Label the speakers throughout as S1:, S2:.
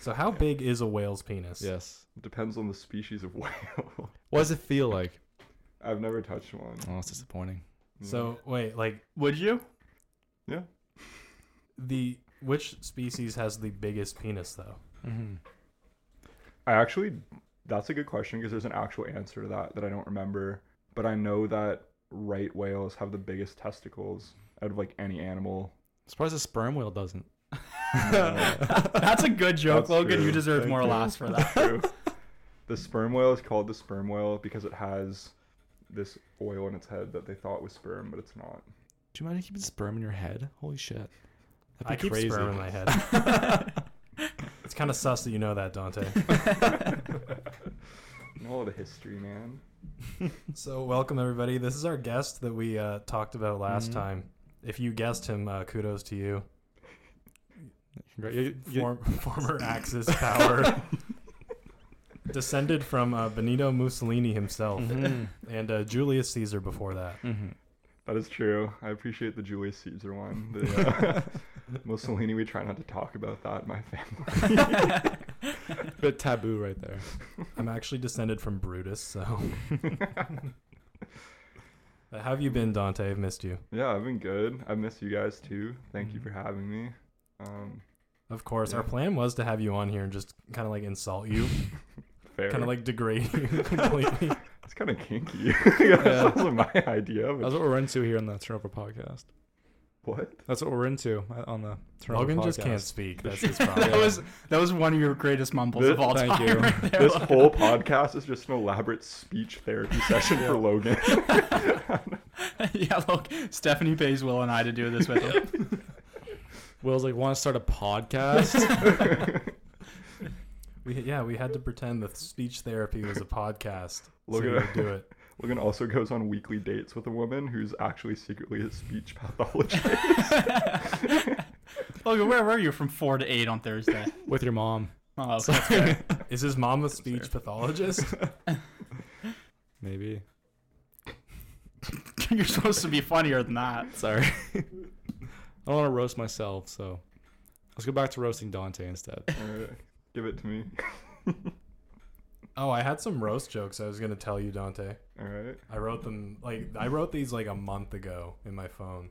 S1: So how big is a whale's penis?
S2: Yes.
S3: Depends on the species of whale.
S2: What does it feel like?
S3: I've never touched one.
S2: Oh, it's disappointing.
S1: So
S2: Mm.
S1: wait, like
S4: Would you?
S3: Yeah.
S1: the which species has the biggest penis though?
S3: I actually, that's a good question because there's an actual answer to that that I don't remember. But I know that right whales have the biggest testicles out of like any animal.
S2: surprised a sperm whale doesn't.
S4: That's a good joke,
S3: That's
S4: Logan.
S3: true.
S4: You deserve
S3: Thank
S4: more
S3: you.
S4: laughs for that.
S3: True. the sperm whale is called the sperm whale because it has this oil in its head that they thought was sperm, but it's not.
S2: Do you mind keeping sperm in your head? Holy shit. That'd
S1: I keep sperm in my head. it's kind of sus that you know that, Dante.
S3: And all the history, man.
S1: so welcome everybody. This is our guest that we uh, talked about last
S2: Mm.
S1: time. If you guessed him, uh, kudos to you.
S2: Congra- you- you-
S1: Form, former Axis power, descended from uh, Benito Mussolini himself,
S2: Mm-hmm.
S1: and uh, Julius Caesar before that.
S3: That is true. I appreciate the Julius Caesar one. The, uh, Mussolini, we try not to talk about that in my family.
S2: bit taboo right there.
S1: I'm actually descended from Brutus, so. How have you been, Dante? I've missed you.
S3: Yeah, I've been good. I miss you guys too. Thank you for having me. Um,
S1: Of course, our plan was to have you on here and just kind of like insult you,
S3: fair.
S1: kind of like degrade you completely.
S3: It's kind of kinky. yeah, That's also my idea. But
S2: That's what we're into here on the Turnover podcast.
S3: what?
S2: That's what we're into uh, on the Turnover
S1: Logan
S2: podcast.
S1: just can't speak. That's his
S4: that
S1: problem.
S4: was that was one of your greatest mumbles
S3: Th-
S4: of all
S2: thank
S4: time.
S2: you.
S4: Right there,
S3: This
S4: Logan.
S3: whole podcast is just an elaborate speech therapy session for Logan.
S4: yeah, look, Stephanie pays Will and I to do this with him.
S2: Will's like, want to start a podcast?
S1: We, yeah, we had to pretend that speech therapy was a podcast.
S3: Look
S1: so
S3: at
S1: you
S3: her.
S1: would do it.
S3: Logan also goes on weekly dates with a woman who's actually secretly a speech pathologist.
S4: Logan, where were you from four to eight on Thursday?
S2: With your mom.
S4: Oh, okay, that's fair.
S1: Is his mom a speech pathologist?
S2: Maybe.
S4: You're supposed to be funnier than that.
S2: Sorry. I don't want to roast myself, so let's go back to roasting Dante instead.
S3: Uh, give it to me.
S1: Oh, I had some roast jokes I was gonna tell you, Dante.
S3: All right.
S1: I wrote them like I wrote these like a month ago in my phone.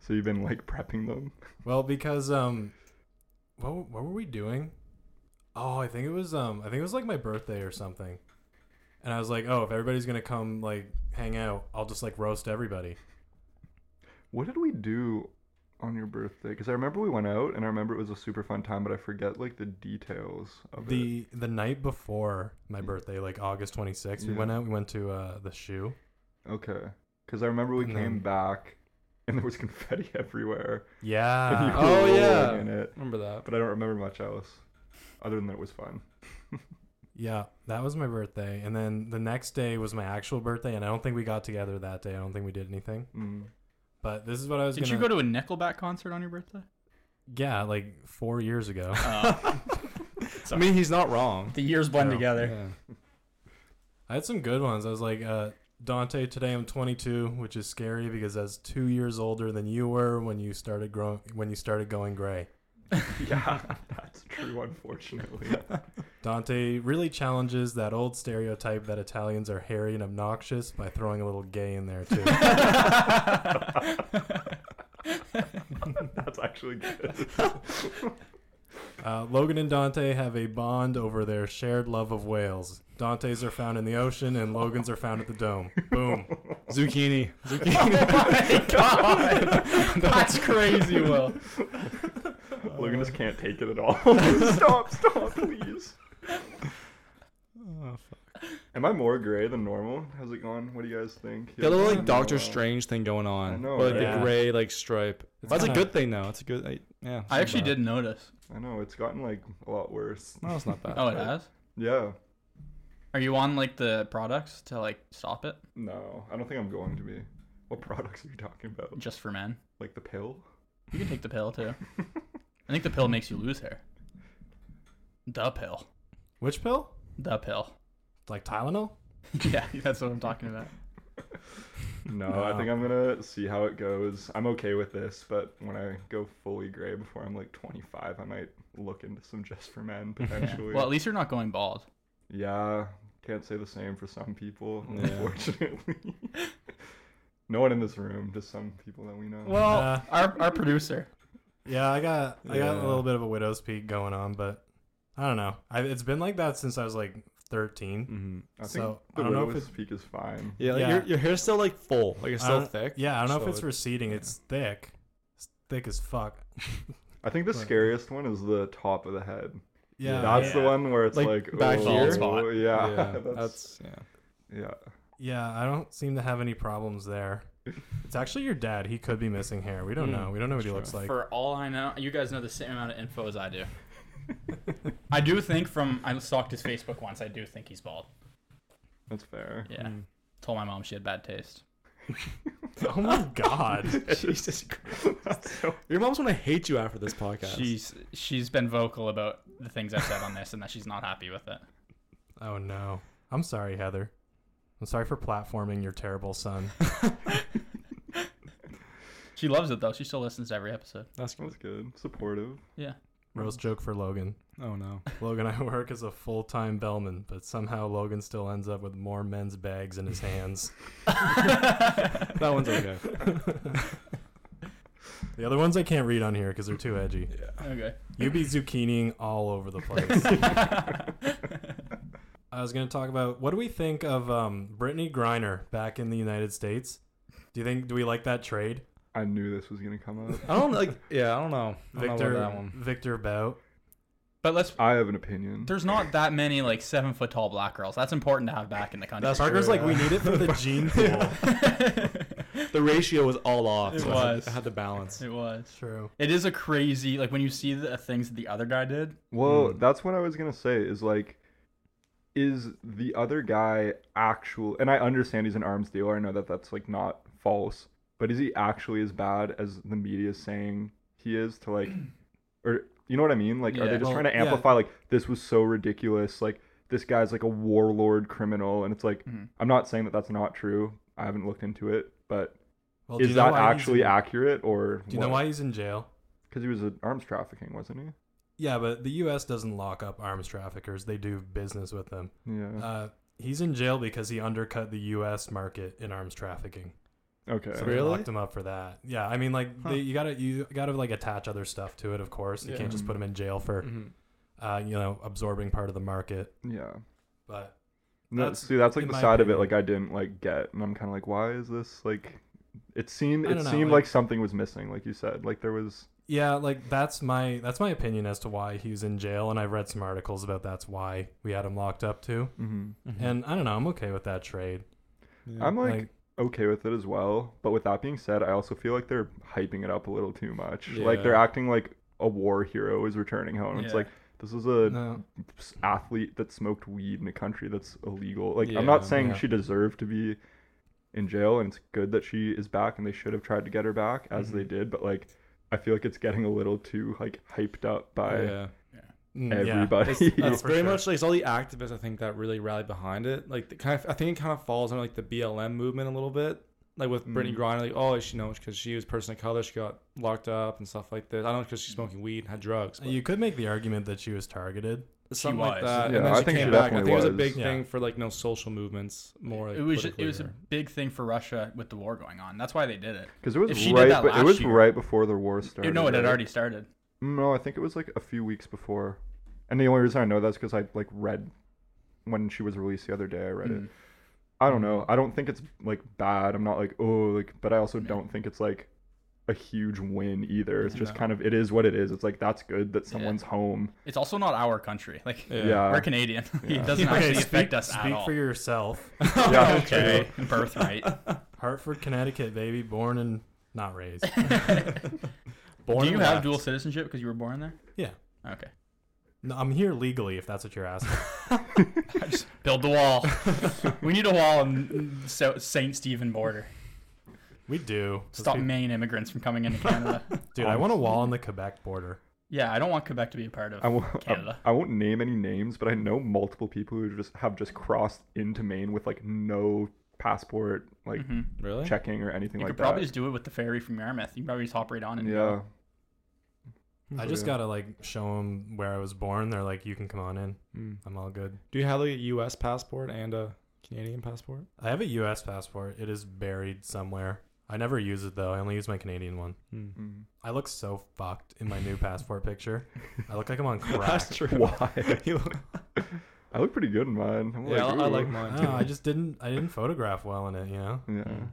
S3: So you've been like prepping them.
S1: Well, because um, what what were we doing? Oh, I think it was um, I think it was like my birthday or something, and I was like, oh, if everybody's gonna come like hang out, I'll just like roast everybody.
S3: What did we do on your birthday? Because I remember we went out, and I remember it was a super fun time, but I forget like the details of it.
S1: The the night before my
S4: Mm.
S1: birthday, like August twenty sixth, we
S3: Yeah.
S1: went out. We went to uh the shoe.
S3: Okay. Because I remember we
S1: And
S3: came
S1: then-
S3: back, and there was confetti everywhere, and you
S1: Ah. Yeah,
S3: were
S2: Oh,
S3: rolling
S2: yeah.
S3: in it.
S2: Remember that.
S3: But I don't remember much else, other than that it was fun.
S1: yeah, that was my birthday, and then the next day was my actual birthday, and I don't think we got together that day. I don't think we did anything.
S3: Mm.
S1: But this is what I was
S4: Did
S1: gonna.
S4: you go to a Nickelback concert on your birthday? Oh.
S1: yeah, like four years ago.
S2: I mean, he's not wrong.
S4: The years blend
S1: No.
S4: together.
S2: Yeah.
S1: I had some good ones. I was like, uh, Dante, today I'm 22, which is scary because that's two years older than you were when you started growing when you started going gray.
S3: Yeah, that's true. Unfortunately,
S1: Dante really challenges that old stereotype that Italians are hairy and obnoxious by throwing a little gay in there too.
S3: that's actually good.
S1: uh, Logan and Dante have a bond over their shared love of whales. Dante's are found in the ocean, and Logan's are found at the dome. Boom.
S2: Zucchini.
S3: Oh
S4: That's crazy, Will.
S3: Logan just can't take it at all. stop! Stop! Please.
S2: Oh, fuck.
S3: Am I more gray than normal? How's it going? What do you guys think?
S2: Got a little like Doctor
S3: Wow.
S2: Strange thing going on.
S3: I know,
S2: Or, like
S1: right?
S2: the gray like stripe. That's
S1: kinda-
S2: a good thing though. It's a good. Like, yeah. it's
S4: I
S2: not
S4: actually
S2: bad.
S4: didn't notice.
S3: I know it's gotten like a lot worse.
S2: No, it's not bad.
S4: Oh, it has.
S3: Yeah.
S4: Are you on like the products to like stop it?
S3: No, I don't think I'm going to be. What products are you talking about?
S4: Just for men?
S3: Like the pill?
S4: You can take the pill too. I think the pill makes you lose hair. The pill.
S1: Which pill?
S4: The pill.
S1: Like Tylenol?
S4: Yeah, that's what I'm talking about.
S3: No,
S1: No.
S3: I think I'm gonna see how it goes. I'm okay with this, but when I go fully gray before I'm like 25, I might look into some just for men potentially.
S4: Well, at least you're not going bald.
S3: yeah, can't say the same for some people,
S2: Yeah.
S3: unfortunately. no one in this room, just some people that we know.
S4: Well,
S1: Uh,
S4: our our producer.
S1: Yeah, I got I got
S2: Yeah.
S1: a little bit of a widow's peak going on, but I don't know. I, it's been like that since I was like 13.
S2: Mm-hmm.
S3: I think
S1: so, I
S3: the
S1: don't know if
S3: widow's
S1: it's-
S3: peak is fine.
S2: Yeah, like
S1: Yeah.
S2: Your, your hair's still like full, like it's
S1: I
S2: still
S1: don't-
S2: thick.
S1: Yeah, I don't know
S2: So
S1: if it's
S2: it-
S1: receding. It's thick. It's thick as fuck.
S3: I think the
S1: But- Uh,
S3: scariest one is the top of the head.
S1: Yeah.
S3: that's the
S4: Yeah.
S3: one where it's like,
S2: Like, back
S3: oh,
S2: here?
S4: Spot.
S3: Yeah, that's,
S2: that's, yeah.
S3: yeah.
S1: Yeah, I don't seem to have any problems there. It's actually your dad. He could be missing hair. We don't
S2: Mm,
S1: know. We don't know what he
S2: true.
S1: looks like.
S4: For all I know, you guys know the same amount of info as I do. I do think from I stalked his Facebook once. I do think he's bald.
S3: That's fair.
S4: Yeah.
S1: Mm.
S4: Told my mom she had bad taste.
S1: Oh my god.
S2: Jesus Christ. Your mom's gonna hate you after this podcast.
S4: She's she's been vocal about the things I've said on this and that she's not happy with it.
S1: Oh no. I'm sorry, Heather. I'm sorry for platforming your terrible son.
S4: She loves it though. She still listens to every episode.
S2: That's good.
S3: That's good. Supportive.
S1: Roast joke for Logan.
S2: Oh no.
S1: Logan, I work as a full time bellman, but somehow Logan still ends up with more men's bags in his hands.
S2: That one's okay.
S1: The other ones I can't read on here because they're too edgy.
S4: Okay.
S1: You be zucchiniing all over the place. I was going to talk about what do we think of um, Brittany Griner back in the United States? Do you think do we like that trade?
S3: I knew this was gonna come up.
S2: I don't like yeah, I don't know. I don't know
S1: Victor
S2: about that one.
S1: Victor Bout.
S4: But let's
S3: I have an opinion.
S4: there's not that many like seven foot tall black girls. That's important to have back in the country.
S2: That's
S1: Parker's
S2: true,
S1: like we
S2: yeah.
S1: need it for the gene pool.
S2: The ratio was all off.
S4: It
S2: so I had-
S4: was.
S2: I had the balance.
S4: it was.
S1: True.
S4: It is a crazy like when you see the uh, things that the other guy did.
S3: Well,
S2: Mm.
S3: that's what I was gonna say. Is like, is the other guy actual? And I understand he's an arms dealer. I know that that's like not false, but is he actually as bad as the media is saying he is? To like, or you know what I mean? Like, are
S4: Yeah.
S3: they just
S1: Well,
S3: trying to
S1: yeah.
S3: amplify like this was so ridiculous? Like this guy's like a warlord criminal, and it's like
S4: Mhm.
S3: I'm not saying that that's not true. I haven't looked into it, but
S1: Well, do
S3: is
S1: you know
S3: that
S1: why he's
S3: actually
S1: in-
S3: accurate or?
S1: Do you know why he's in jail?
S3: Because he was an arms trafficking, wasn't he?
S1: Yeah, but the U.S. doesn't lock up arms traffickers. They do business with them.
S3: Yeah.
S1: Uh, he's in jail because he undercut the U.S. market in arms trafficking.
S3: okay.
S1: Uh, So
S2: Really?
S1: they locked him up for that. Yeah, I mean, like
S2: Huh.
S1: they, you gotta you gotta like attach other stuff to it. Of course, you
S2: Yeah.
S1: can't just put him in jail for
S2: Mhm.
S1: uh, you know absorbing part of the market.
S3: Yeah.
S1: But
S3: No,
S1: That's-
S3: see, that's like
S1: in
S3: the
S1: my
S3: side of it.
S1: opinion.
S3: Like I didn't like get, and I'm kind of like, why is this like? It seemed
S1: I
S3: it
S1: don't know,
S3: seemed
S1: like-
S3: like something was missing. Like you said, like there was.
S1: yeah, like that's my that's my opinion as to why he's in jail, and I've read some articles about that's why we had him locked up too.
S3: Mhm.
S2: Mhm.
S1: And I don't know, I'm okay with that trade.
S2: Yeah.
S3: I'm like,
S1: Like-
S3: okay with it as well. But with that being said, I also feel like they're hyping it up a little too much. Like they're
S2: Yeah.
S3: acting like a war hero is returning home. It's
S4: mm, Yeah.
S3: like this is a
S1: No,
S3: s- athlete that smoked weed in a country that's illegal. Like
S2: Yeah,
S3: I'm not saying
S1: yeah.
S3: she deserved to be in jail, and it's good that she is back, and they should have tried to get her back as
S4: Mm-hmm.
S3: they did. But like, I feel like it's getting a little too like hyped up by
S2: yeah.
S1: Mm, yeah.
S3: everybody.
S2: It's,
S1: No,
S4: uh,
S2: it's
S1: for
S2: very
S1: sure.
S2: much like it's all the activists I think that really rallied behind it. Like the kind of, I think it kind of falls under like the BLM movement a little bit. Like with Brittany
S3: Mm.
S2: Griner, like oh she you know because she was a person of color, she got locked up and stuff like this. I don't know because she's smoking weed and had drugs. But
S1: You could make the argument that she was targeted.
S2: something
S4: was.
S2: like that.
S3: Yeah,
S2: and then
S3: I
S2: she
S3: think
S2: came
S3: she
S2: back. I
S3: definitely
S2: think it was a
S3: was.
S2: big
S1: Yeah.
S2: thing for like no social movements more. Like,
S4: it was it
S2: politically
S4: was a
S2: or-
S4: big thing for Russia with the war going on. That's why they did it.
S3: Because it was
S4: If she did
S3: right,
S4: that
S3: but
S4: last
S3: it was
S4: year-
S3: right before the war started.
S4: no, it had
S3: right?
S4: already started.
S3: No, I think it was like a few weeks before. And the only reason I know that's because I like read when she was released the other day. I read it.
S4: Mm.
S3: I don't know. I don't think it's like bad. I'm not like oh like, but I also don't think it's like a huge win either. It's just
S2: No.
S3: kind of it is what it is. It's like that's good that someone's home.
S4: It's also not our country. Like
S2: Yeah.
S3: Yeah.
S4: we're Canadian. it
S3: Yeah.
S4: doesn't actually
S1: speak,
S4: affect us at
S1: speak
S4: all.
S1: for yourself.
S3: Yeah.
S4: okay. Birthright.
S1: Hartford, Connecticut, baby, born and not raised.
S2: Born
S4: Do you
S2: and
S4: have
S2: left.
S4: dual citizenship because you were born there?
S1: Yeah.
S4: Okay.
S1: No, I'm here legally, if that's what you're asking.
S4: Build the wall. we need a wall in so- St. Stephen border.
S1: We do. Let's
S4: Stop
S1: be-
S4: Maine immigrants from coming into Canada.
S1: Dude, I want a wall on the Quebec border.
S4: yeah, I don't want Quebec to be a part of
S3: I won't, I,
S4: Canada.
S3: I won't name any names, but I know multiple people who just have just crossed into Maine with like no passport like
S4: hmm
S2: Really?
S3: checking or anything
S4: You
S3: like
S4: could
S3: that.
S4: probably just do it with the ferry from Yarmouth. You can probably just hop right on and
S3: yeah.
S1: I just gotta like show them where I was born. They're like, you can come on in.
S2: Mm.
S1: I'm all good.
S2: Do you have like a U.S. passport and a Canadian passport?
S1: I have a U.S. passport. It is buried somewhere. I never use it though. I only use my Canadian one.
S2: Hmm.
S3: Mm.
S1: I look so fucked in my new passport picture. I look like I'm on crack.
S2: That's true.
S3: Why?
S2: You look-
S3: I look pretty good in mine. I'm
S2: yeah, I, I like
S3: ooh.
S1: I
S2: mine
S1: don't
S2: too.
S1: know, I just didn't. I didn't photograph well in it. You know,
S3: Yeah.
S2: Mm.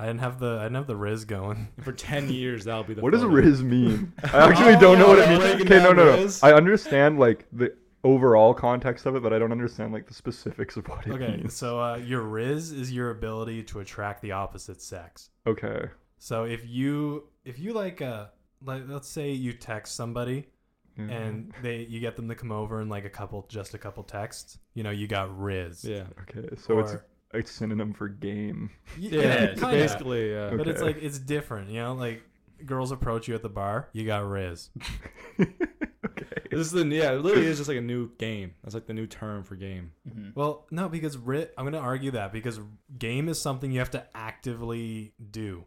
S1: I didn't have the. I didn't have the riz going.
S2: And for ten years, that'll be the.
S3: What does
S2: photo.
S3: Riz mean? I actually
S2: Oh,
S3: don't
S2: yeah,
S3: know what it
S2: like
S3: means.
S2: breaking
S3: Okay, no,
S2: down
S3: no, no.
S2: Riz?
S3: I understand like the overall context of it, but I don't understand like the specifics of what it
S1: Okay,
S3: means.
S1: so uh, your riz is your ability to attract the opposite sex.
S3: Okay.
S1: So if you if you like uh like let's say you text somebody
S3: Yeah.
S2: Mm-hmm.
S1: and they you get them to come over in like a couple just a couple texts, you know, you got riz.
S2: Yeah.
S3: okay, so it's
S1: Or-
S3: a synonym for game.
S1: Y-
S2: Yeah.
S1: yeah,
S2: it's
S1: kinda.
S2: basically. Uh,
S1: But it's
S3: Okay.
S1: like it's different, you know, like girls approach you at the bar, you got riz.
S2: This is the yeah. It literally is just like a new game. That's like the new term for game.
S4: do it. Mhm.
S1: Well, no, because ri- I'm gonna argue that because game is something you have to actively do.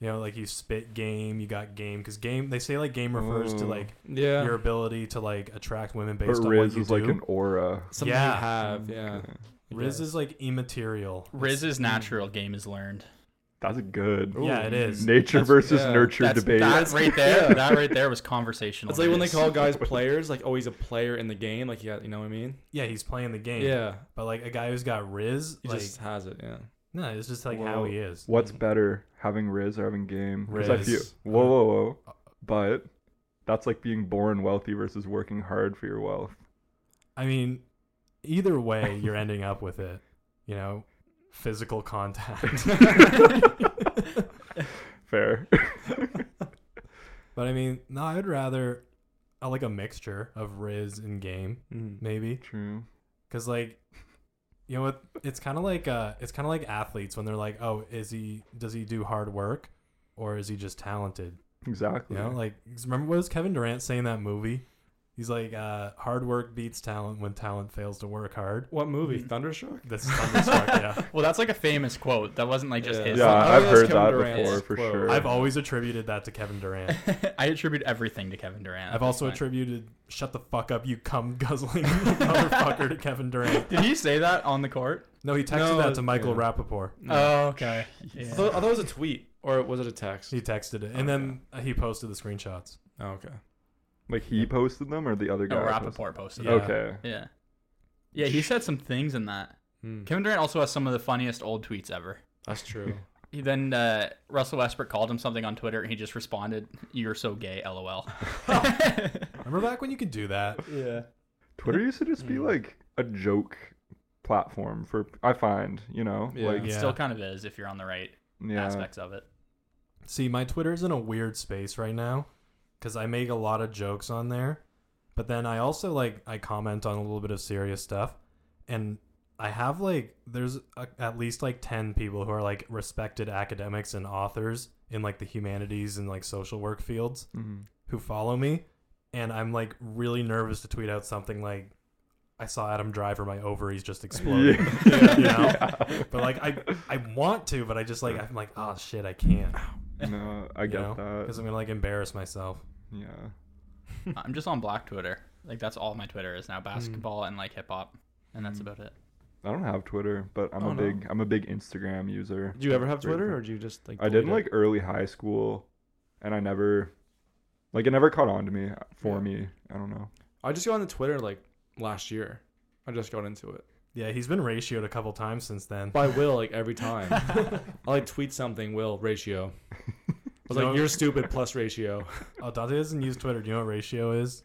S1: You know, like you spit game, you got game, because game they say like game refers to
S3: Oh.
S1: like
S2: Yeah.
S1: your ability to like attract women
S3: But
S1: based on what
S3: Riz
S1: you
S3: is
S1: do.
S3: like an aura.
S2: Something
S1: Yeah.
S2: you have. Yeah.
S3: Okay.
S2: I
S1: Riz
S2: guess.
S1: is like immaterial.
S4: Riz is natural. Game is learned.
S3: That's good.
S1: Yeah, it is.
S3: Nature
S2: That's-
S3: versus
S2: yeah.
S3: nurture
S4: That's,
S3: debate.
S4: That right there.
S2: Yeah.
S4: That right there was conversational.
S2: It's like when they
S4: Riz.
S2: call guys players, like oh he's a player in the game, like yeah, you know what I mean?
S1: Yeah, he's playing the game.
S2: Yeah,
S1: But like a guy who's got Riz,
S2: he
S1: like
S2: just has it. Yeah,
S1: no, it's just like how
S3: Well,
S1: he is.
S3: What's better, having Riz or having game? 'Cause I feel,
S1: Riz.
S3: whoa, whoa, whoa. But that's like being born wealthy versus working hard for your wealth.
S1: I mean, either way, you're ending up with it. You know, physical contact.
S3: Fair.
S1: but I mean, no, I would rather I like a mixture of Riz and game, maybe,
S3: True.
S1: because like. You know what? It's kind of like uh, it's kind of like athletes when they're like, "Oh, is he? Does he do hard work, or is he just talented?" You
S3: Exactly.
S1: know, like 'cause remember what was Kevin Durant saying in that movie? He's like, uh, hard work beats talent when talent fails to work hard.
S2: What movie?
S4: Mhm.
S2: Thunderstruck.
S1: That's Thunderstruck, yeah.
S4: Well, that's like a famous quote. That wasn't like just
S2: Yeah.
S4: his.
S3: Yeah,
S2: like-
S3: I've
S2: oh, that's
S3: heard
S2: Kevin
S3: that
S2: Durant's
S3: before for
S2: quote.
S3: sure.
S1: I've always attributed that to Kevin Durant.
S4: I attribute everything to Kevin Durant. at
S1: I've
S4: this
S1: also
S4: point.
S1: attributed "shut the fuck up, you cum guzzling motherfucker" to Kevin Durant.
S4: Did he say that on the court?
S1: No, he texted
S2: No,
S1: that to Michael
S2: yeah.
S1: Rappaport.
S4: Oh, okay.
S2: Uh, I
S4: Yeah.
S2: thought, I thought it was a tweet or was it a text?
S1: He texted it, and then uh, he posted the screenshots.
S2: Oh, okay.
S3: Like he posted them or the
S2: Oh,
S3: other
S4: No,
S3: guy? posted-
S4: Rappaport Oh, posted.
S1: Yeah.
S4: that.
S3: Okay.
S4: Yeah. Yeah, he said some things in that.
S2: Hmm.
S4: Kevin Durant also has some of the funniest old tweets ever.
S2: That's true.
S4: He then uh, Russell Westbrook called him something on Twitter, and he just responded, "You're so gay, lol."
S1: Remember back when you could do that?
S4: yeah.
S3: Twitter used to just be
S2: Mm.
S3: like a joke platform for I find, you know,
S2: Yeah.
S3: like
S4: It
S1: Yeah.
S4: still kind of is if you're on the right
S3: yeah.
S4: aspects of it.
S1: See, my Twitter's in a weird space right now because I make a lot of jokes on there, but then I also like I comment on a little bit of serious stuff, and I have like there's a, at least like ten people who are like respected academics and authors in like the humanities and like social work fields
S3: Mhm.
S1: who follow me, and I'm like really nervous to tweet out something like. I saw Adam Driver, my ovaries just exploded.
S3: Yeah.
S1: You know? But like I, I want to, but I just like I'm like, oh shit, I can't
S3: No, I get
S1: know,
S3: that.
S1: because I'm gonna like embarrass myself.
S3: Yeah.
S4: I'm just on Black Twitter. Like that's all my Twitter is now: basketball and like hip hop, and that's about it.
S3: I don't have Twitter, but I'm
S2: Oh,
S3: a
S2: no.
S3: big I'm a big Instagram user.
S2: Do you ever have
S3: Great
S2: Twitter
S3: for-
S2: or do you just like?
S3: I did in
S2: delete
S3: like early high school and I never like it never caught on to me for
S2: Yeah.
S3: me. I don't know.
S2: it? I just got into Twitter like last year. I just got into it
S1: Yeah, he's been ratioed a couple times since then.
S2: by Will like every time. I like tweet something Will ratio. I was
S1: No.
S2: like you're stupid plus ratio.
S1: Oh, Dante doesn't use Twitter. Do you know what ratio is?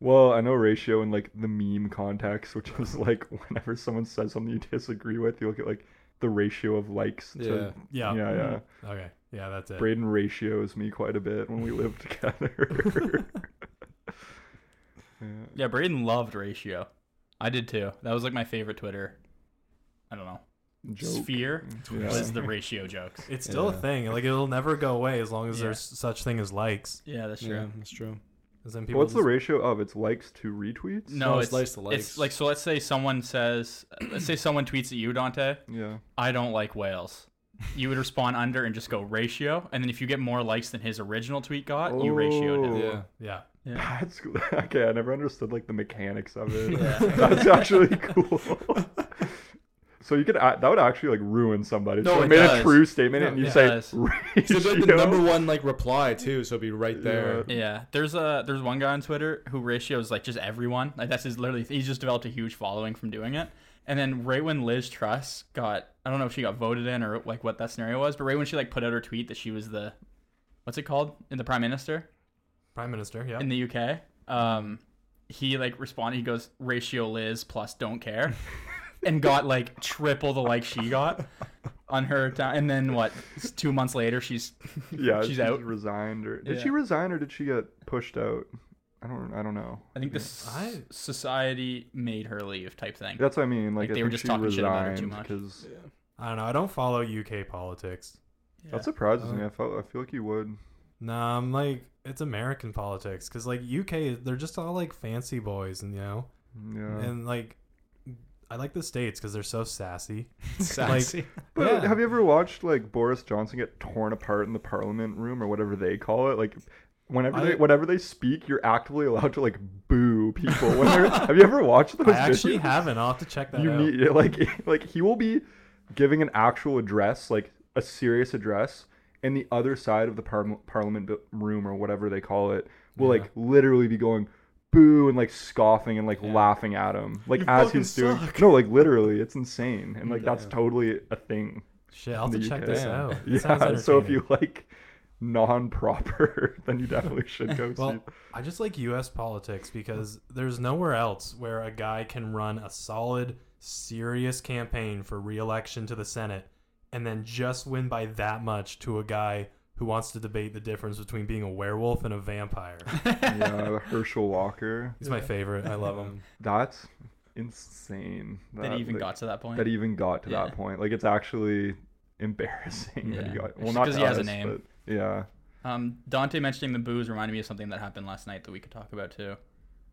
S3: Well, I know ratio in like the meme context, which is like whenever someone says something you disagree with, you look at like the ratio of likes to
S1: Yeah.
S3: yeah. yeah.
S1: Okay. Yeah, that's it.
S3: Braden ratios me quite a bit when we lived together. yeah.
S4: Yeah, Braden loved Ratio. I did too. That was like my favorite Twitter. I don't know.
S3: Joke.
S4: Sphere
S3: Yeah.
S4: was the Ratio jokes.
S1: It's still a
S2: Yeah.
S1: thing. Like it'll never go away as long as
S4: Yeah.
S1: there's such thing as likes.
S4: Yeah, that's true.
S2: Yeah, that's true.
S1: 'Cause then people
S3: What's the
S1: just-
S3: ratio of its likes to retweets?
S4: No,
S2: No,
S4: it's,
S2: it's likes to likes.
S4: It's like so. Let's say someone says, let's say someone tweets at you, Dante.
S3: Yeah.
S4: I don't like whales. You would respond under and just go ratio, and then if you get more likes than his original tweet got, you ratioed him.
S3: Oh.
S2: Yeah.
S1: Yeah.
S3: That's cool. okay. I never understood like the mechanics of it.
S4: Yeah.
S3: That's actually cool. so you could a- that would actually like ruin somebody.
S2: No,
S3: so I
S2: it
S3: made
S4: does.
S3: a true statement
S1: No,
S3: and you
S4: it
S3: say
S4: does.
S2: So
S3: ratio.
S2: it'd be like the number one like reply too, so it'd be right there.
S4: Yeah, there's a there's one guy on Twitter who ratios like just everyone. Like that's his literally. He's just developed a huge following from doing it. And then right when Liz Truss got, I don't know if she got voted in or like what that scenario was, but right when she like put out her tweet that she was the, what's it called, in the prime minister
S1: Prime Minister. Yeah.
S4: in the UK, um, he like responded. He goes ratio Liz plus don't care, and got like triple the like she got on her time. And then what? Two months later, she's
S3: Yeah,
S4: she's
S3: she's
S4: out.
S3: Resigned or did
S4: Yeah.
S3: she resign or did she get pushed out? I don't. I don't know.
S4: I think the s-
S1: I-
S4: society made her leave type thing.
S3: That's what I mean. Like,
S4: Like,
S3: I
S4: they were
S3: think
S4: just
S3: she
S4: talking shit about her too
S3: resigned
S4: much.
S3: because
S1: I don't know. I don't follow UK politics.
S3: that surprises
S1: Uh,
S4: Uh-huh.
S3: me. I felt. I feel like you would.
S1: Nah, I'm like it's American politics because like UK, they're just all like fancy boys, and you know,
S3: Yeah.
S1: and like I like the states because they're so sassy.
S2: Sassy.
S3: But
S1: Yeah.
S3: have you ever watched like Boris Johnson get torn apart in the Parliament room or whatever they call it? Like, whenever
S1: I-
S3: they, whenever they speak, you're actively allowed to like boo people. When they're- have you ever watched those?
S1: I actually
S3: videos?
S1: haven't. I'll have to check that
S3: You
S1: out.
S3: need yeah, like like he will be giving an actual address, like a serious address, and the other side of the par- Parliament bu- room or whatever they call it will
S1: Yeah.
S3: like literally be going boo and like scoffing and like
S2: Yeah.
S3: laughing at him like
S2: You
S3: as
S2: fucking
S3: he's doing
S2: suck.
S3: no like literally it's insane and like that's
S2: Yeah.
S3: totally a thing
S1: Shit, I'll have
S3: in
S1: to
S3: the
S1: check
S3: UK.
S1: this
S2: Damn.
S1: out. It sounds
S3: yeah, so if
S1: entertaining.
S3: you like non-proper, then you definitely should go see.
S1: Well, I just like U.S. politics because there's nowhere else where a guy can run a solid, serious campaign for re-election to the Senate and then just win by that much to a guy who wants to debate the difference between being a werewolf and a vampire.
S3: Yeah, Herschel Walker.
S1: He's my favorite. I love him.
S3: That's insane.
S4: that he even
S3: like,
S4: got to that point.
S3: that he even got to
S4: Yeah.
S3: that point. Like it's actually embarrassing that he
S4: Yeah.
S3: got.
S4: Just
S3: Well, not
S4: 'cause
S3: to
S4: he has a
S3: us,
S4: name.
S3: But yeah.
S4: um, Dante mentioning the booze reminded me of something that happened last night that we could talk about too.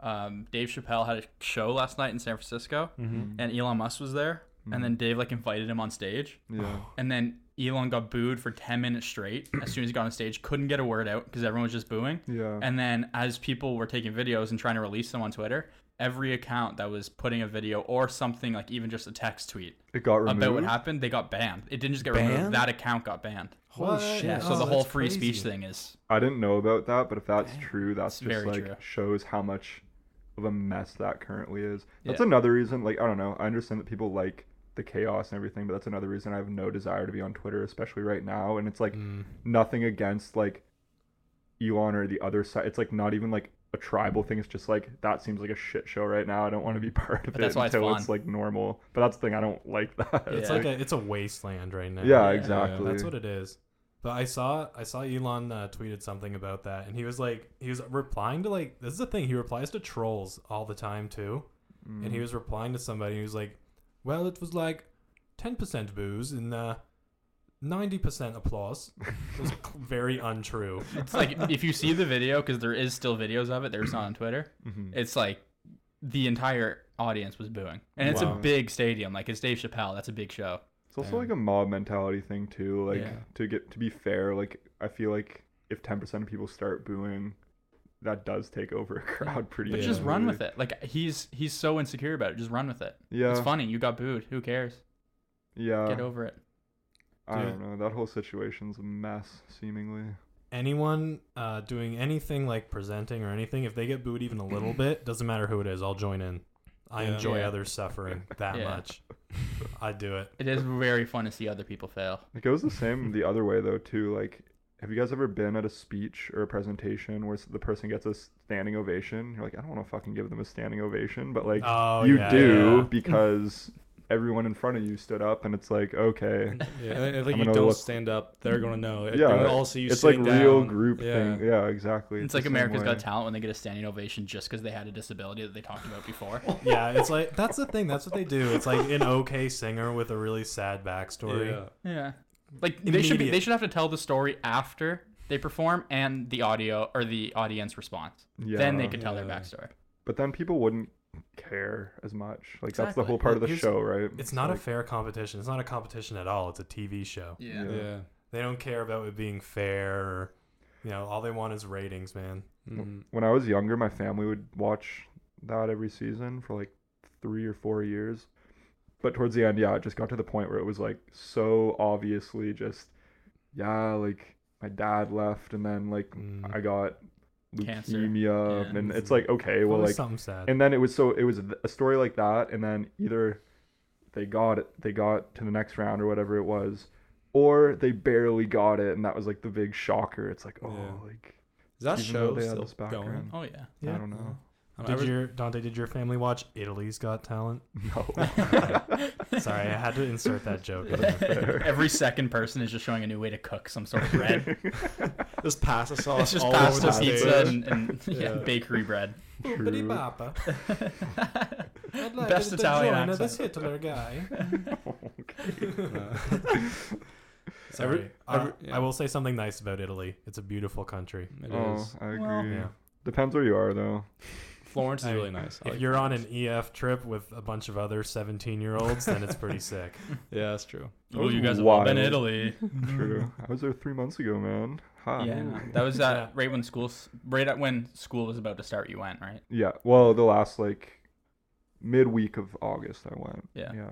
S4: Um, Dave Chappelle had a show last night in San Francisco,
S3: Mm-hmm.
S4: and Elon Musk was there. And then Dave like invited him on stage,
S3: Yeah.
S4: and then Elon got booed for ten minutes straight. As soon as he got on stage, couldn't get a word out because everyone was just booing.
S3: Yeah.
S4: And then as people were taking videos and trying to release them on Twitter, every account that was putting a video or something like even just a text tweet
S3: it got removed.
S4: about what happened, they got banned. It didn't just get removed;
S2: Banned?
S4: that account got banned.
S2: Holy
S1: What?
S2: shit.
S4: Yeah, so
S1: Oh,
S4: the whole
S1: that's
S4: free speech
S1: crazy.
S4: thing is
S3: I didn't know about that, but if that's true, that's
S4: It's
S3: just
S4: very
S3: like
S4: true.
S3: shows how much of a mess that currently is. That's
S4: Yeah.
S3: another reason. Like I don't know. I understand that people like the chaos and everything, but that's another reason I have no desire to be on Twitter, especially right now. And it's like
S4: Mm.
S1: Mm.
S3: nothing against like Elon or the other side. It's like not even like a tribal thing. It's just like that seems like a shit show right now. I don't want to be part of
S4: But
S3: it
S4: that's why it's
S3: until
S4: fun.
S3: it's like normal. But that's the thing. I don't like that.
S1: It's
S4: Yeah.
S1: like a, it's a wasteland right now.
S3: yeah,
S4: Yeah,
S3: exactly.
S1: That's what it is. But I saw I saw Elon uh, tweeted something about that, and he was like he was replying to like this is the thing he replies to trolls all the time too,
S3: Mm.
S1: and
S4: Mm.
S1: he was replying to somebody who was like, well it was like ten percent booze and uh ninety percent applause. It was cl- very untrue.
S4: it's like if you see the video because there is still videos of it. There's not on Twitter.
S3: Mhm.
S4: It's like the entire audience was booing, and it's
S1: Wow.
S4: a big stadium. Like it's Dave Chappelle. That's a big show.
S3: It's also like a mob mentality thing too. Like
S4: Yeah.
S3: to get to be fair, like I feel like if ten percent of people start booing, that does take over a crowd pretty.
S4: But just run with it. Like he's he's so insecure about it. Just run with it.
S3: Yeah,
S4: It's funny. You got booed. Who cares?
S3: yeah.
S4: Get over it.
S3: I
S1: Dude.
S3: don't know. That whole situation's a mess, seemingly.
S1: Anyone uh, doing anything like presenting or anything, if they get booed even a little bit, doesn't matter who it is, I'll join in. I
S2: Yeah.
S1: enjoy
S4: Yeah.
S1: others suffering that
S4: Yeah.
S1: much. I do it.
S4: It is very fun to see other people fail.
S3: It goes the same the other way though too. Like, have you guys ever been at a speech or a presentation where s- the person gets a standing ovation? You're like, I don't want to fucking give them a standing ovation, but like
S1: Oh,
S3: you
S1: yeah,
S3: do
S1: yeah.
S3: because everyone in front of you stood up, and it's like, okay.
S2: Yeah, and if, like
S3: I'm
S2: you
S3: gonna
S2: don't
S3: look-
S2: stand up, they're gonna know. Like,
S3: Yeah,
S2: they're gonna all see you
S3: it's like
S2: sitting
S3: real
S2: down.
S3: group
S2: yeah.
S3: thing. Yeah, exactly.
S4: It's, like
S3: the same
S4: America's Got
S3: way.
S4: Talent when they get a standing ovation just because they had a disability that they talked about before.
S1: yeah, it's like that's the thing. That's what they do. It's like an okay singer with a really sad backstory.
S2: Yeah.
S4: yeah, like they should be.
S1: Immediate.
S4: They should have to tell the story after they perform and the audio or the audience response. Then they
S3: Yeah.
S4: could tell their
S1: Yeah.
S4: backstory.
S3: But then people wouldn't care as much. Like that's the
S4: Exactly.
S3: whole part of the
S1: Here's-
S3: show, right?
S1: It's not a
S3: Like,
S1: fair competition. It's not a competition at all. It's a TV show.
S3: Yeah.
S2: Yeah.
S1: They don't care about it being fair. Or, you know, all they want is ratings, man.
S2: Mhm.
S3: when I was younger, my family would watch that every season for like three or four years. But towards the end, yeah, it just got to the point where it was like so obviously just, yeah, like my dad left, and then like
S1: Mm.
S3: I got
S4: Cancer.
S3: leukemia,
S4: Yeah.
S3: and it's like okay, well,
S1: Always
S3: like
S1: something sad.
S3: and then it was so it was th- a story like that and then either they got it they got to the next round or whatever it was or they barely got it and that was like the big shocker it's like oh
S2: Yeah.
S3: like
S2: Is that
S3: Even though
S2: show
S3: they had
S2: still
S3: this
S2: going?
S3: background.
S4: Oh yeah.
S1: Yeah.
S3: i don't know
S2: I
S1: did
S2: don't ever-
S1: your Dante? Did your family watch Italy's Got Talent?
S3: no
S1: Sorry, I had to insert that joke. in there.
S3: Fair.
S4: Every second person is just showing a new way to cook some sort of bread.
S2: this pasta sauce
S4: it's just
S2: all
S4: pasta,
S2: over the
S3: pizza
S4: pizza,
S2: stage.
S4: and, and yeah,
S2: Yeah.
S4: bakery bread.
S3: True.
S1: I'd
S4: Best Italian accent.
S1: Hitler guy. Sorry.
S2: Every-
S1: Uh,
S2: every- yeah.
S1: I will say something nice about Italy. It's a beautiful country.
S2: It
S3: oh
S2: is.
S3: i agree
S4: Well-
S1: Yeah.
S3: depends where you are though
S2: Florence is
S1: I-
S2: really nice. I
S1: If
S2: like
S1: you're on
S2: Florence.
S1: an EF trip with a bunch of other 17 year olds, then it's pretty sick.
S2: yeah, that's true.
S3: That
S4: Oh,
S3: was
S4: you guys have all been to
S3: wild.
S4: Italy.
S3: true i was there three months ago man ha
S4: Yeah, that was uh,
S1: Yeah.
S4: right when schools, right at when school was about to start. You went right.
S3: yeah well the last like midweek of august i went
S4: Yeah.
S3: yeah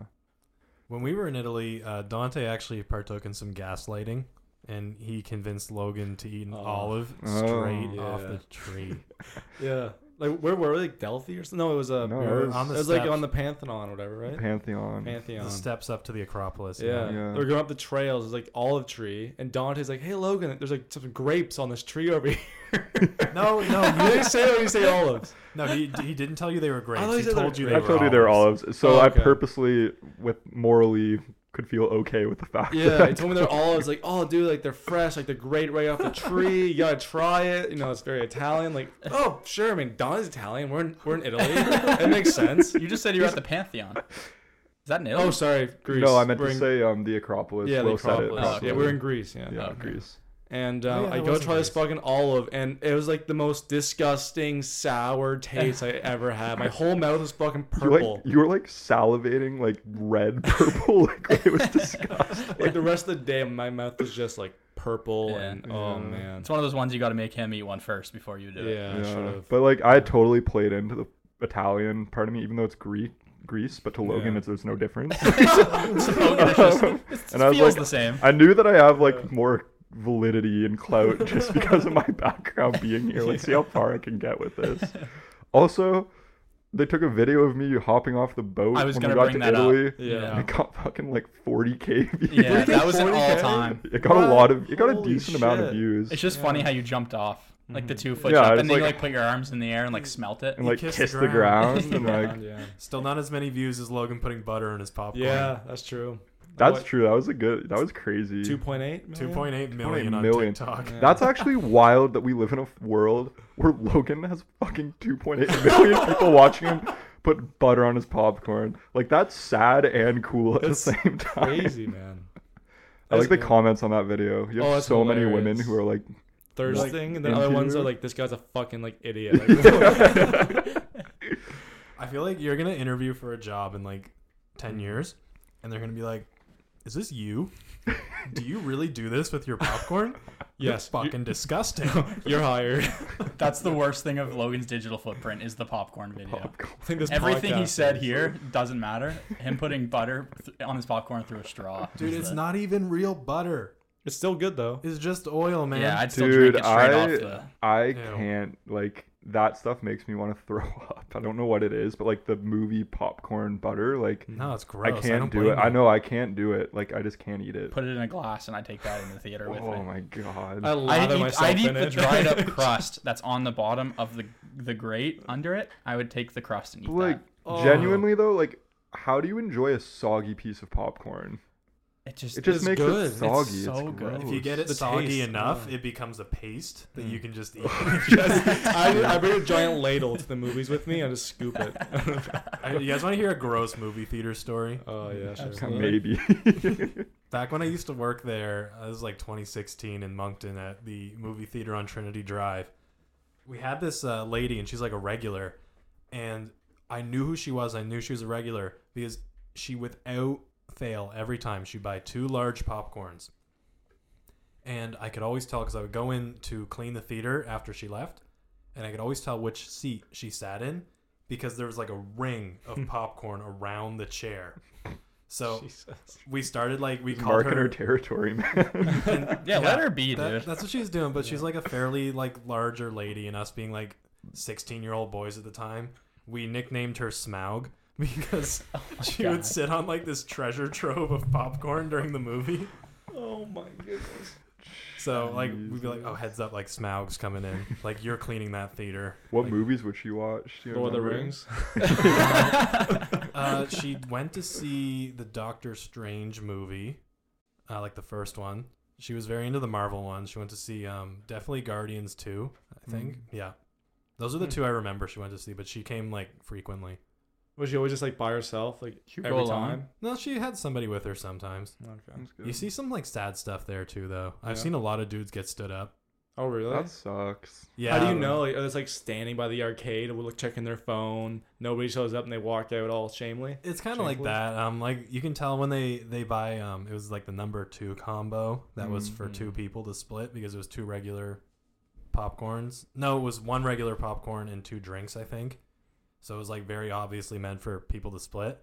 S1: When we were in Italy, uh, Dante actually partook in some gaslighting, and he convinced Logan to eat an
S2: Oh.
S1: olive
S3: Oh.
S1: straight off
S2: Yeah.
S1: the tree.
S2: Yeah, like where were we? Like Delphi or something? No, it was a.
S3: No,
S2: we
S3: it
S2: were-
S3: was-
S1: On
S2: it
S1: the
S2: was like
S1: steps.
S2: on the Pantheon or whatever, right?
S3: pantheon
S2: Pantheon.
S1: The steps up to the Acropolis.
S2: Yeah.
S3: Yeah.
S2: They're going up the trails. There's like olive tree. And Dante's like, hey, Logan, there's like some grapes on this tree over here.
S1: No, no,
S2: you
S1: you,
S2: didn't say that when you say olives.
S1: no. He, he didn't tell you they were grapes.
S2: thought
S1: He
S2: he said they were
S1: told you they
S3: I
S1: were.
S2: grapes.
S3: told you they were olives, so
S2: Oh,
S3: I
S2: okay.
S3: purposely, with morally, could feel okay with the fact.
S2: Yeah. He
S3: that
S2: told me they're olives. Like, oh, dude, like they're fresh. Like they're great right off the tree. You got to try it. You know, it's very Italian. Like, oh, sure. I mean, Dante's Italian. We're in, we're in Italy. It makes sense.
S4: You just said you were at the Pantheon. Is that an Italy?
S2: Oh, sorry. Greece.
S3: no, I meant
S2: We're
S3: to
S2: in-
S3: say um the Acropolis.
S2: Yeah, the
S3: Will said it
S2: Acropolis.
S3: properly.
S2: yeah, we're in Greece. Yeah.
S3: Yeah,
S4: Oh, okay.
S3: Greece.
S2: And
S1: Oh,
S2: um,
S1: yeah,
S2: I
S1: that
S2: go
S1: was
S2: try this
S1: nice.
S2: fucking olive, and it was like the most disgusting sour taste I ever had. My whole mouth was fucking
S3: You like
S2: purple.
S3: you were like salivating, like red, purple, like it was disgusting.
S2: Like, the rest of the day, my mouth was just like purple,
S4: Yeah.
S2: and oh
S3: Yeah.
S2: man,
S4: It's one of those ones you got to make him eat one first before you do
S2: yeah,
S4: it.
S2: I should
S3: yeah.
S2: have.
S3: But like I totally played into the Italian part of me, even though it's Greek, Greece. But to Logan,
S2: Yeah.
S3: it's, there's no difference.
S4: So Oh, it's just, it just
S3: and I was
S4: feels
S3: like,
S4: the same.
S3: I knew that I have like more validity and clout just because of my background being here. Let's see how far I can get with this. Also, they took a video of me hopping off the boat
S4: I was
S3: when we
S4: gonna
S3: got
S4: bring
S3: to
S4: that up.
S3: Italy.
S2: Yeah.
S3: and It got fucking like 40k views.
S4: Yeah, that was an all time.
S3: It got a
S2: What?
S3: lot of it got a
S2: Holy
S3: decent amount of
S2: shit.
S3: views.
S4: It's just funny how you jumped off, like the two foot
S3: Yeah,
S4: jump,
S3: it's
S4: and then you
S3: like-
S4: like put your arms in the air and like smelt it.
S3: and like
S1: kissed
S3: kissed,
S1: the
S3: the
S1: ground.
S3: ground, and like
S2: yeah,
S1: Still not as many views as Logan putting butter in his popcorn.
S2: yeah, that's true.
S3: that's true. That was a good that was crazy.
S2: Two point eight.
S1: Two point eight million
S3: 2.8
S1: on
S3: million.
S1: TikTok.
S2: Yeah.
S3: That's actually wild that we live in a world where Logan has fucking 2.8 million people watching him put butter on his popcorn. Like that's sad and cool at
S2: That's
S3: the same time.
S2: Crazy man.
S3: I like the
S2: That's-
S3: comments on that video. You
S2: Oh,
S3: have
S2: that's
S3: so many women
S2: hilarious.
S3: who are like,
S2: Third
S3: Like,
S2: thing, and then
S3: into
S2: other ones
S3: you.
S2: are like, this guy's a fucking like idiot. Like,
S1: I feel like you're gonna interview for a job in like ten years, and they're gonna be like, "Is this you? do you really do this with your popcorn?
S2: yes,
S1: Fucking
S2: you-
S1: disgusting."
S2: you're hired.
S4: That's the worst thing of Logan's digital footprint is the popcorn video.
S2: I think this
S4: Everything he
S2: podcast
S4: said
S2: is-
S4: here doesn't matter. Him putting butter th- on his popcorn through a straw.
S1: Dude,
S4: is
S1: it's
S4: the-
S1: not even real butter.
S2: It's still good though.
S1: It's just oil, man.
S4: Yeah, I'd still drink
S3: dude,
S4: it straight off
S3: I,
S4: the.
S3: I
S1: Yeah.
S3: can't like that stuff makes me want to throw up. I don't know what it is, but like the movie popcorn butter, like
S1: no, it's
S3: I
S1: gross.
S3: can't
S1: don't
S3: do
S1: blame
S3: it. I
S1: you.
S3: know I can't do it. Like I just can't eat it.
S4: Put it in a glass and I take that in the theater with
S3: Oh
S4: me.
S3: my god.
S2: I
S4: I'd
S2: lather
S4: eat,
S2: myself
S4: I'd eat
S2: in
S4: the
S2: it.
S4: dried up crust that's on the bottom of the the grate under it. I would take the crust and eat
S3: like
S4: that.
S2: Oh.
S3: genuinely though like how do you enjoy a soggy piece of popcorn
S4: It just,
S3: it just
S2: It's
S3: makes
S2: good.
S3: it
S2: It's
S3: soggy it's,
S4: so good.
S3: gross.
S1: If you get it
S2: The
S1: soggy
S2: taste,
S1: enough,
S2: yeah.
S1: it becomes a paste that you can just eat.
S2: Oh, I, I bring a giant ladle to the movies with me. I just scoop it.
S1: Oh, I- you guys want to hear a gross movie theater story?
S2: oh yeah, sure.
S3: maybe
S1: Back when I used to work there, I was like 2016 in Moncton at the movie theater on Trinity Drive. We had this uh, lady, and she's like a regular, and I knew who she was. I knew she was a regular because she, without fail, every time she'd buy two large popcorns, and I could always tell because I would go in to clean the theater after she left, and I could always tell which seat she sat in because there was like a ring of popcorn around the chair. So we started like we called
S3: Marking her
S1: her.
S3: territory, man.
S1: and-
S4: uh, Yeah, let her be,
S1: that-
S4: dude.
S1: that's what she was doing, but she's like a fairly like larger lady, and us being like sixteen year old boys at the time, we nicknamed her Smaug because
S2: Oh
S1: she would
S4: God.
S1: sit on like this treasure trove of popcorn during the movie.
S2: Oh my goodness.
S1: So like we'd be like, "Oh, heads up! Like Smaug's coming in. Like you're cleaning that theater."
S3: what
S1: Like,
S3: movies would she watch? Do you
S2: Lord of the
S3: remember?
S2: Rings.
S1: Uh, she went to see the Doctor Strange movie, uh, like the first one. She was very into the Marvel one. She went to see um, definitely Guardians two, I think. Yeah, those are the
S2: Mm. Hmm.
S1: two I remember she went to see. But she came like frequently.
S2: Was she always just like by herself, like
S4: She'd go
S2: every
S4: alone.
S2: time?
S1: No, she had somebody with her sometimes.
S2: Okay.
S3: Sounds good.
S1: You see some like sad stuff there too, though. I've
S2: Yeah.
S1: seen a lot of dudes get stood up.
S2: Oh really?
S3: That sucks.
S1: Yeah.
S2: How do you know? Like, are they like standing by the arcade, like checking their phone? Nobody shows up, and they walk out all shamefully.
S1: It's kind of like
S2: Shamefully?
S1: that. Um, like you can tell when they they buy um, it was like the number two combo that was for
S2: Mhm.
S1: two
S4: Mm-hmm.
S1: people to split because it was two regular popcorns. No, it was one regular popcorn and two drinks, I think. So it was like very obviously meant for people to split.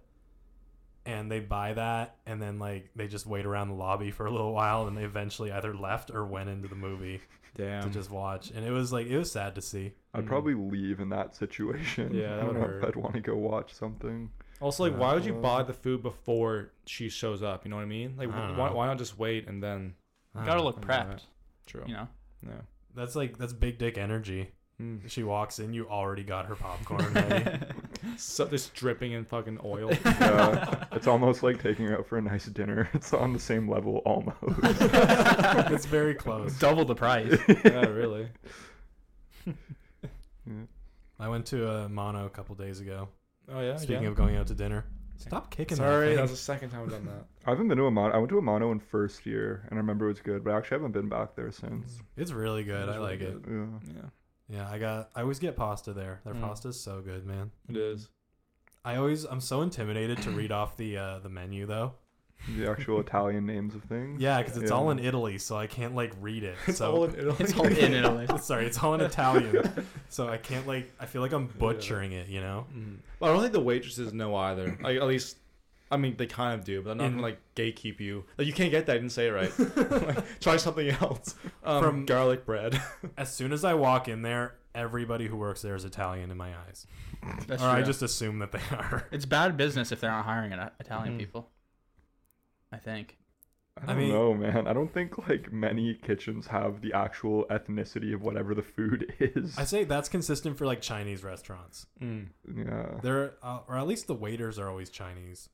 S1: And they buy that, and then like they just wait around the lobby for a little while, and they eventually either left or went into the movie to
S4: Um,
S2: Damn.
S1: just watch. And it was like it was sad to see.
S3: I'd
S2: Mm.
S3: probably leave in that situation.
S2: Yeah, that
S3: I don't
S2: would
S3: know
S2: hurt.
S3: if I'd want to go watch something.
S2: Also, like,
S1: Yeah.
S2: why would you buy the food before she shows up? You know what I mean? Like,
S1: I don't
S2: why,
S1: know.
S2: why not just wait and then?
S4: Gotta
S1: Uh,
S4: look prepped,
S2: True.
S4: you know.
S2: Yeah.
S1: That's like that's big dick energy.
S2: Mm.
S1: She walks in, you already got her popcorn ready.
S2: So just dripping in fucking oil.
S3: Yeah, it's almost like taking her out for a nice dinner. It's on the same level almost.
S1: it's very close.
S4: Double the price.
S2: yeah, really.
S1: I went to a mono a couple days ago.
S2: Oh yeah.
S1: Speaking
S2: yeah.
S1: of going out to dinner, stop kicking.
S2: Sorry,
S1: that
S2: that was
S1: thing.
S2: the second time I've done that.
S3: I haven't been to a mono. I went to a mono in first year, and I remember it was good, but I actually haven't been back there since.
S1: it's really good.
S2: It was
S1: I
S2: really
S1: like it.
S2: good.
S3: Yeah.
S2: Yeah,
S1: Yeah, I got. I always get pasta there. Their
S2: Mm.
S1: pasta's so good, man.
S2: it is.
S1: I always. I'm so intimidated to read off the uh, the menu though.
S3: The actual Italian names of things.
S1: Yeah, because it's all in
S3: Yeah.
S1: Italy, so I can't like read it. So
S2: Mm. all in Italy.
S4: it's all in Italy.
S1: sorry, it's all in Italian, so I can't like. I feel like I'm butchering it. You know.
S2: Mm. Well, I don't think the waitresses know either. Like, at least, I mean, they kind of do, but they're not
S1: In-
S2: gonna
S4: Mm-hmm.
S2: like gatekeep you. Like, you can't get that. I didn't say it right. like, try something else. Um,
S1: From-
S2: garlic bread.
S1: As soon as I walk in there, everybody who works there is Italian in my eyes,
S4: That's
S1: or I
S4: true.
S1: just assume that they are.
S4: It's bad business if they're not hiring an- Italian
S2: Mhm.
S4: people. I think.
S3: I
S1: I
S3: don't
S1: mean-
S3: know, man. I don't think like many kitchens have the actual ethnicity of whatever the food is.
S1: I say that's consistent for like Chinese restaurants.
S2: Mm.
S3: yeah.
S1: They're uh, or at least the waiters are always Chinese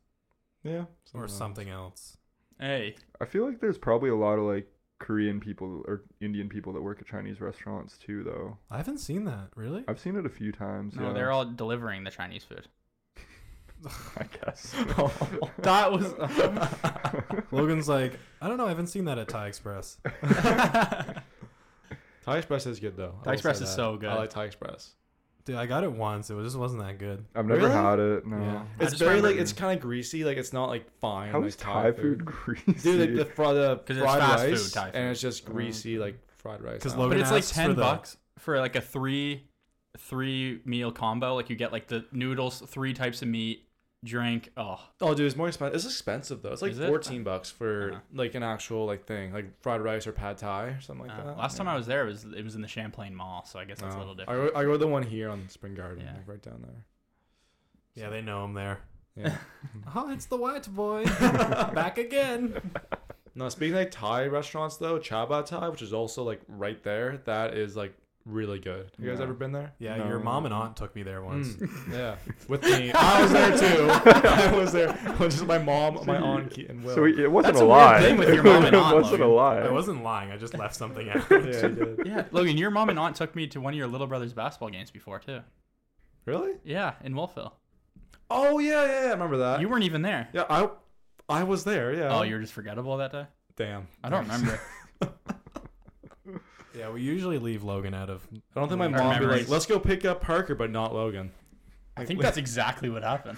S2: Yeah.
S1: or
S2: sometimes.
S1: something else.
S4: Hey,
S3: I feel like there's probably a lot of like Korean people or Indian people that work at Chinese restaurants too, though.
S1: I haven't seen that really.
S3: I've seen it a few times.
S4: no,
S3: yeah.
S4: they're all delivering the Chinese food.
S3: I guess.
S4: That was.
S1: Logan's like, I don't know. I haven't seen that at Thai Express.
S2: Thai Express is good though. I
S4: Thai
S2: will
S4: Express
S2: say
S4: is
S2: that.
S4: so good.
S2: I like Thai Express.
S1: Dude, I got it once. It just wasn't that good.
S3: I've never
S2: Really?
S3: had it. No.
S1: Yeah.
S4: I
S2: It's
S4: just
S2: very
S4: remember-
S2: like it's kind of greasy. Like it's not like fine.
S3: How
S2: like,
S3: is Thai food greasy?
S2: Dude, like the, fr- the
S4: 'Cause it's
S2: fried
S4: fast food,
S2: rice,
S4: Thai
S2: and
S4: food. Mm.
S2: it's just greasy, like fried rice.
S1: 'Cause
S2: I don't
S1: Logan
S4: but it's like
S1: asked for
S4: 10
S1: the-
S4: bucks for like a three three meal combo like you get like the noodles three types of meat drink oh
S2: Oh, dude, it's more expensive. It's expensive though. It's like
S4: Is it?
S2: fourteen bucks for
S4: Uh-huh.
S2: like an actual like thing, like fried rice or pad thai or something like
S4: Uh,
S2: that.
S4: last time i was there it was it was in the champlain mall so i guess that's
S2: Oh.
S4: a little
S2: I
S4: different
S2: go, I go to the one here on Spring Garden,
S4: Yeah.
S2: like right down there.
S1: Yeah, they know him there.
S2: Yeah.
S1: Oh, it's the white boy back again.
S2: no, speaking of like, Thai restaurants though, Chaba Thai, which is also like right there, that is like really good. You guys
S3: Yeah.
S2: ever been there?
S1: Yeah,
S3: No.
S1: your mom and aunt took me there once.
S2: Mm, yeah, with me. I was there too. I was there. It was just my mom, my
S3: you-
S2: aunt, Ke- and Will.
S3: So it wasn't
S4: That's a
S3: a
S4: weird
S3: lie.
S4: thing with your mom and
S3: it
S4: aunt,
S3: wasn't a
S4: Logan.
S3: lie.
S1: I wasn't lying. I just left something out.
S2: yeah, you did.
S4: yeah logan your mom and aunt took me to one of your little brother's basketball games before too
S2: Really?
S4: yeah in wolfville
S2: Oh yeah, yeah, yeah. I remember that.
S4: you weren't even there
S2: Yeah, I I was there. Yeah.
S4: Oh, you were just forgettable that day.
S2: damn.
S4: I don't remember.
S1: Yeah, we usually leave Logan out of.
S2: I don't think my
S1: Our
S2: mom would be like,
S4: memories.
S2: "Let's go pick up Parker, but not Logan."
S4: I think that's exactly what happened.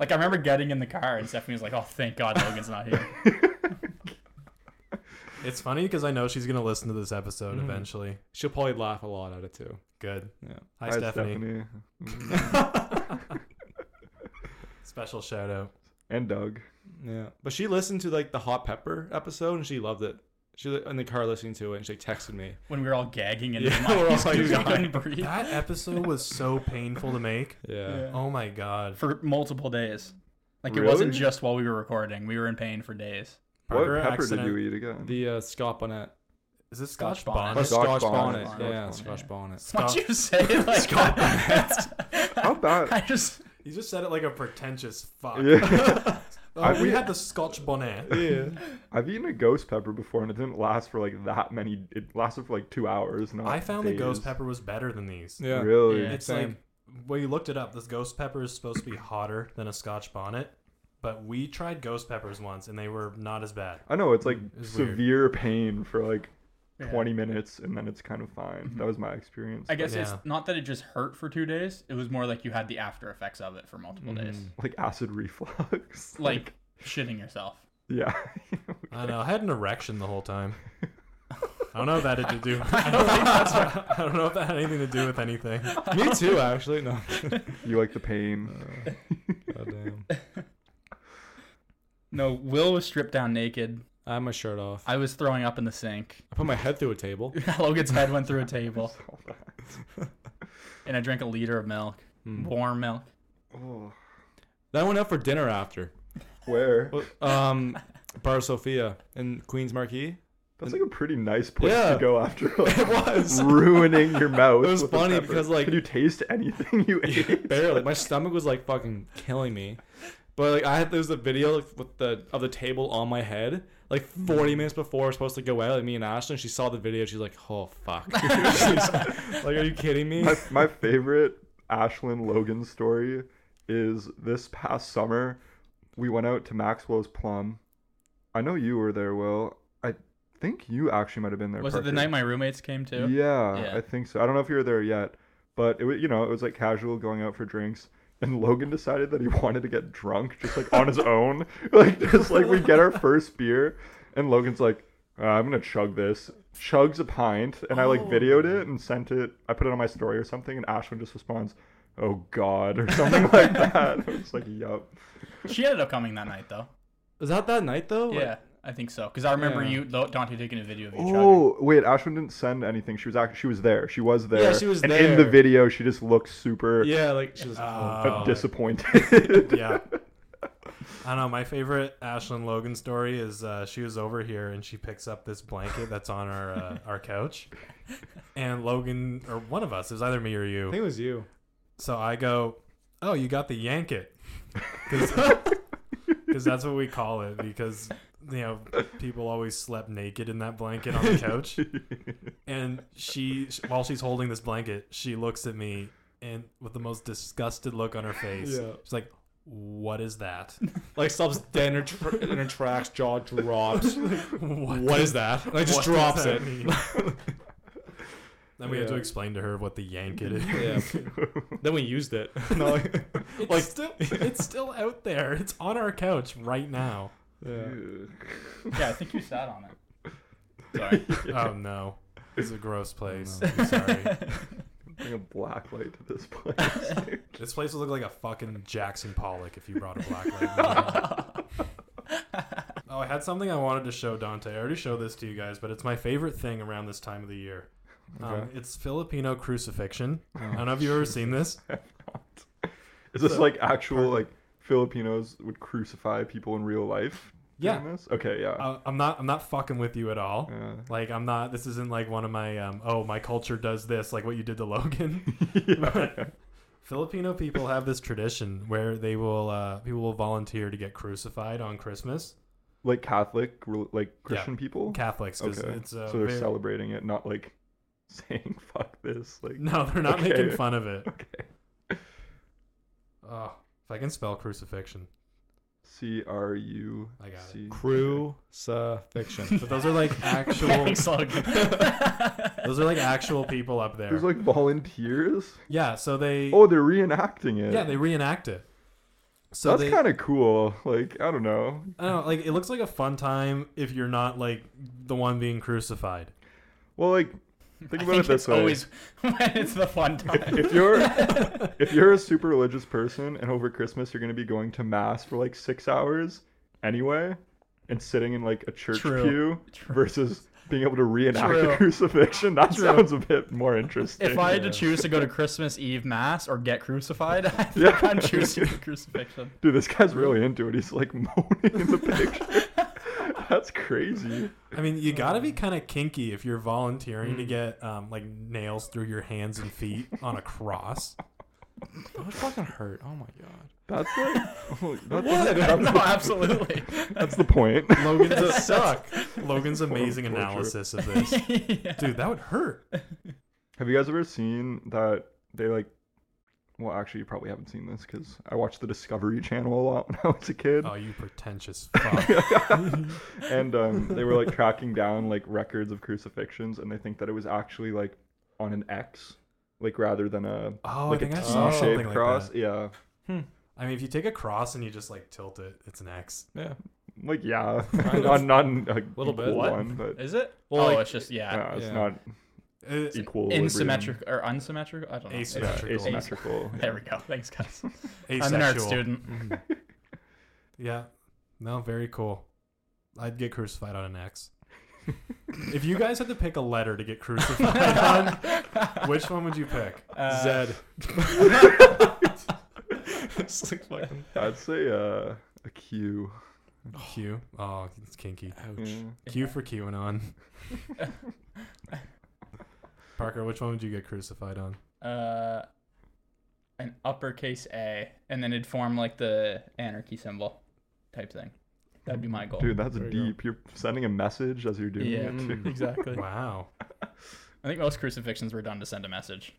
S4: Like I remember getting in the car and Stephanie was like, "Oh, thank God Logan's not here."
S1: It's funny because I know she's gonna listen to this episode
S2: Mhm.
S1: eventually.
S2: She'll probably laugh a lot at it too.
S1: Good.
S2: Yeah.
S1: Hi,
S3: Hi,
S1: Stephanie.
S3: Stephanie. Mm-hmm.
S1: Special shout out.
S3: and Doug.
S2: Yeah, but she listened to like the hot pepper episode and she loved it. She was in the car listening to it and she texted me.
S4: When we were all gagging and
S2: Yeah, we're all like,
S4: we
S2: "Dude,
S4: couldn't breathe
S1: That episode was so painful to make.
S2: Yeah,
S4: Yeah.
S1: Oh my god.
S4: for multiple days. Like it wasn't
S3: Really?
S4: just while we were recording; we were in pain for days.
S1: Parker
S3: what pepper
S1: accident-
S3: did you eat again?
S2: the uh, Scott Bonnet,
S1: Is this
S4: Scotch
S1: Scotch
S4: bonnet.
S2: or
S1: Bonnet?
S3: Scotch
S2: Scotch,
S3: bonnet.
S2: bonnet. Yeah,
S3: Scotch bonnet.
S2: Scotch bonnet.
S4: What you say? Like,
S1: Scott
S3: How bad?
S4: I just
S1: You just said it like a pretentious fuck.
S3: yeah.
S1: Oh,
S3: I-
S1: we
S3: we-
S1: had the Scotch Bonnet.
S3: I've eaten a ghost pepper before and it didn't last for like that many. It lasted for like two hours. Not
S1: I found the ghost
S3: days.
S1: pepper was better than these.
S2: Yeah,
S3: Really?
S4: Yeah.
S1: It's
S2: Same.
S1: like well, you looked it up. This ghost pepper is supposed to be hotter than a Scotch bonnet, but we tried ghost peppers once and they were not as bad.
S3: I know it's like
S1: It's weird.
S3: severe pain for like
S4: Yeah.
S3: 20 minutes and then it's kind of fine. That was my experience.
S4: I guess
S1: Yeah.
S4: it's not that it just hurt for two days. It was more like you had the after effects of it for multiple
S3: Mm.
S4: days,
S3: like acid reflux.
S4: like shitting yourself.
S3: yeah.
S1: I don't know. I had an erection the whole time. I don't know if that had to do. I
S4: don't
S1: don't,
S4: think that's
S1: I don't know if that had anything to do with anything.
S2: me too. Actually, no.
S3: you like the pain.
S2: God damn.
S4: No, Will was stripped down naked.
S2: I had my shirt off. I
S4: I was throwing up in the sink.
S2: put my head through a table.
S4: Logan's head went through a table,
S3: All that.
S4: and I drank a liter of milk,
S2: Mm.
S4: warm milk.
S3: Oh.
S2: Then I went out for dinner after.
S3: Where?
S2: Well, Um, Bar Sophia in Queens Marquee.
S3: That's like a pretty nice place
S2: Yeah.
S3: to go after like,
S2: It was.
S3: ruining your mouth.
S2: It was
S3: with a
S2: funny
S3: pepper.
S2: because, like-
S3: Could you taste anything you ate?
S2: barely. My stomach was like fucking killing me. But like I had there was a video like, with the of the table on my head. Like 40 minutes before we're supposed to go out, like me and Ashton, she saw the video. She's like, "Oh fuck!" She's like, "Are you kidding me?"
S3: my, my favorite Ashlyn Logan story is this past summer. We went out to Maxwell's Plum. I know you were there, Will. I think you actually might have been there.
S4: Was it the
S3: Parker.
S4: night my roommates came too?
S3: Yeah,
S4: Yeah.
S3: I think so. I don't know if you were there yet, but it was, you know, it was like casual going out for drinks. And Logan decided that he wanted to get drunk just like on his own. Like, just like we get our first beer, and Logan's like, "Uh, I'm gonna chug this. Chugs a pint, and I like videoed it and sent it. I put it on my story or something, and Ashwin just responds, Oh God, or something like that. I was like, Yup.
S4: She ended up coming that night though.
S2: Was that that night though? Like,
S4: Yeah, I think so. Because I remember
S2: Yeah.
S4: you, Lo- Dante, taking a video of you. chugging.
S3: Oh wait, Ashwin didn't send anything. She was act- she was there. She was there.
S2: she was
S3: and in
S2: there.
S3: the video, she just looked super
S2: yeah. Like she was.
S1: Uh,
S2: Like,
S3: uh,
S1: Oh.
S3: disappointed.
S1: Yeah. I don't know. My favorite Ashlyn Logan story is uh, she was over here and she picks up this blanket that's on our uh, our couch, and Logan or one of us it was either me or you.
S2: I think it was you.
S1: So I go, oh, you got the yank it, because that's what we call it. Because you know people always slept naked in that blanket on the couch. and she, while she's holding this blanket, she looks at me and with the most disgusted look on her face,
S2: Yeah.
S1: she's like, "What is that?
S2: Like stops dead in her, tr- in her tracks, jaw drops.
S1: What,
S2: what is that? And I just
S1: what does
S2: drops
S1: that
S2: it.
S1: mean?" then we had to
S2: Yeah.
S1: explain to her what the yank it is.
S2: Yeah. then we used it. No, like,
S1: It's
S2: Like-
S1: still, it's still out there. It's on our couch right now.
S2: yeah.
S4: Yeah, I think you sat on it. Sorry.
S1: Oh no, it's a gross place. I'm sorry.
S3: Bring a black light to this place. dude.
S1: This place would look like a fucking Jackson Pollock if you brought a black light. oh, I had something I wanted to show Dante. I already showed this to you guys, but it's my favorite thing around this time of the year. Um,
S2: Okay.
S1: it's Filipino crucifixion. I don't know if you've ever seen this.
S3: Is this
S1: So-
S3: like actual like Filipinos would crucify people in real life?
S1: Yeah.
S3: doing This? Okay. Yeah.
S1: Uh, I'm not. I'm not fucking with you at all.
S3: Yeah.
S1: Like I'm not. This isn't like one of my. Um, oh, my culture does this. Like what you did to Logan. Filipino people have this tradition where they will uh, people will volunteer to get crucified on Christmas.
S3: Like Catholic, re- like Christian people.
S1: Catholics, because
S3: okay.
S1: it's uh,
S3: so they're
S1: very-
S3: celebrating it, not like saying "fuck this." Like
S1: No, they're not
S3: Okay.
S1: making fun of it.
S3: okay.
S1: Oh, if I can spell crucifixion.
S3: C R U
S1: I got it.
S3: C.
S2: Crucifixion.
S1: But those are like actual. those are like actual people up there.
S3: There's like volunteers.
S1: yeah. So they.
S3: Oh, they're reenacting it.
S1: yeah, they reenact it. So
S3: That's
S1: they,
S3: kind of cool. Like I don't know.
S1: I don't know, like it looks like a fun time if you're not like the one being crucified.
S3: Well, like think about it this
S4: it's
S3: way.
S4: always when it's the fun time.
S3: if you're if you're a super religious person and over Christmas you're gonna be going to mass for like six hours anyway, and sitting in like a church
S4: True.
S3: pew
S4: True.
S3: versus being able to reenact
S4: True.
S3: the crucifixion, that
S4: True.
S3: sounds a bit more interesting.
S4: If I had to
S2: Yeah.
S4: choose to go to Christmas Eve mass or get crucified, I think
S3: Yeah.
S4: I'm choosing the crucifixion.
S3: Dude, this guy's really into it. He's like moaning in the picture. That's crazy.
S1: I mean, you gotta be kind of kinky if you're volunteering
S3: Mm.
S1: to get um, like nails through your hands and feet on a cross.
S2: that would fucking hurt. Oh my god.
S3: That's like that's,
S4: no, absolutely.
S3: that's the point.
S1: Logan's a, suck. Logan's amazing
S3: Torture.
S1: analysis of this,
S4: Yeah.
S1: dude. That would hurt.
S3: Have you guys ever seen that they like? Well, actually, you probably haven't seen this because I watched the Discovery Channel a lot when I was a kid.
S1: Oh, you pretentious fuck.
S3: and um, they were like tracking down like records of crucifixions, and they think that it was actually like on an X, like rather than a
S1: Oh, I
S3: like
S1: think
S3: a
S1: I saw
S3: T-shaped
S1: something like
S3: cross.
S1: that.
S3: Yeah,
S1: I mean, if you take a cross and you just like tilt it, it's an X.
S2: Yeah.
S3: like yeah,
S2: Kind
S3: not
S2: of.
S3: not an- a
S2: Little bit.
S3: equal
S2: What?
S3: one, but
S4: Is it?
S2: Well,
S4: oh,
S2: like-
S4: it's just yeah.
S3: yeah, it's
S2: Yeah.
S3: not
S1: Uh,
S4: It's
S3: equal.
S4: Insymmetrical or unsymmetrical? I don't know.
S1: Asymmetrical.
S3: Yeah,
S1: Symmetrical.
S3: asymmetrical. yeah.
S4: There we go. Thanks, guys. I'm an art
S1: asexual. Mm-hmm.
S4: student.
S1: Yeah. No, very cool. I'd get crucified on an X. if you guys had to pick a letter to get crucified on, which one would you pick?
S4: Uh,
S2: Zed. it's like fucking.
S3: I'd say uh, a Q.
S1: Q. Oh, it's kinky.
S2: Ouch.
S3: Yeah.
S1: Q for QAnon. Parker, which one would you get crucified on?
S4: uh, an uppercase A, and then it'd form like the anarchy symbol type thing. That'd be my goal.
S3: Dude, that's
S2: There you go.
S3: deep. You're sending a message as you're doing
S4: Yeah, Mm.
S3: it.
S2: Mm.
S3: too.
S4: exactly.
S1: Wow.
S4: I think most crucifixions were done to send a message.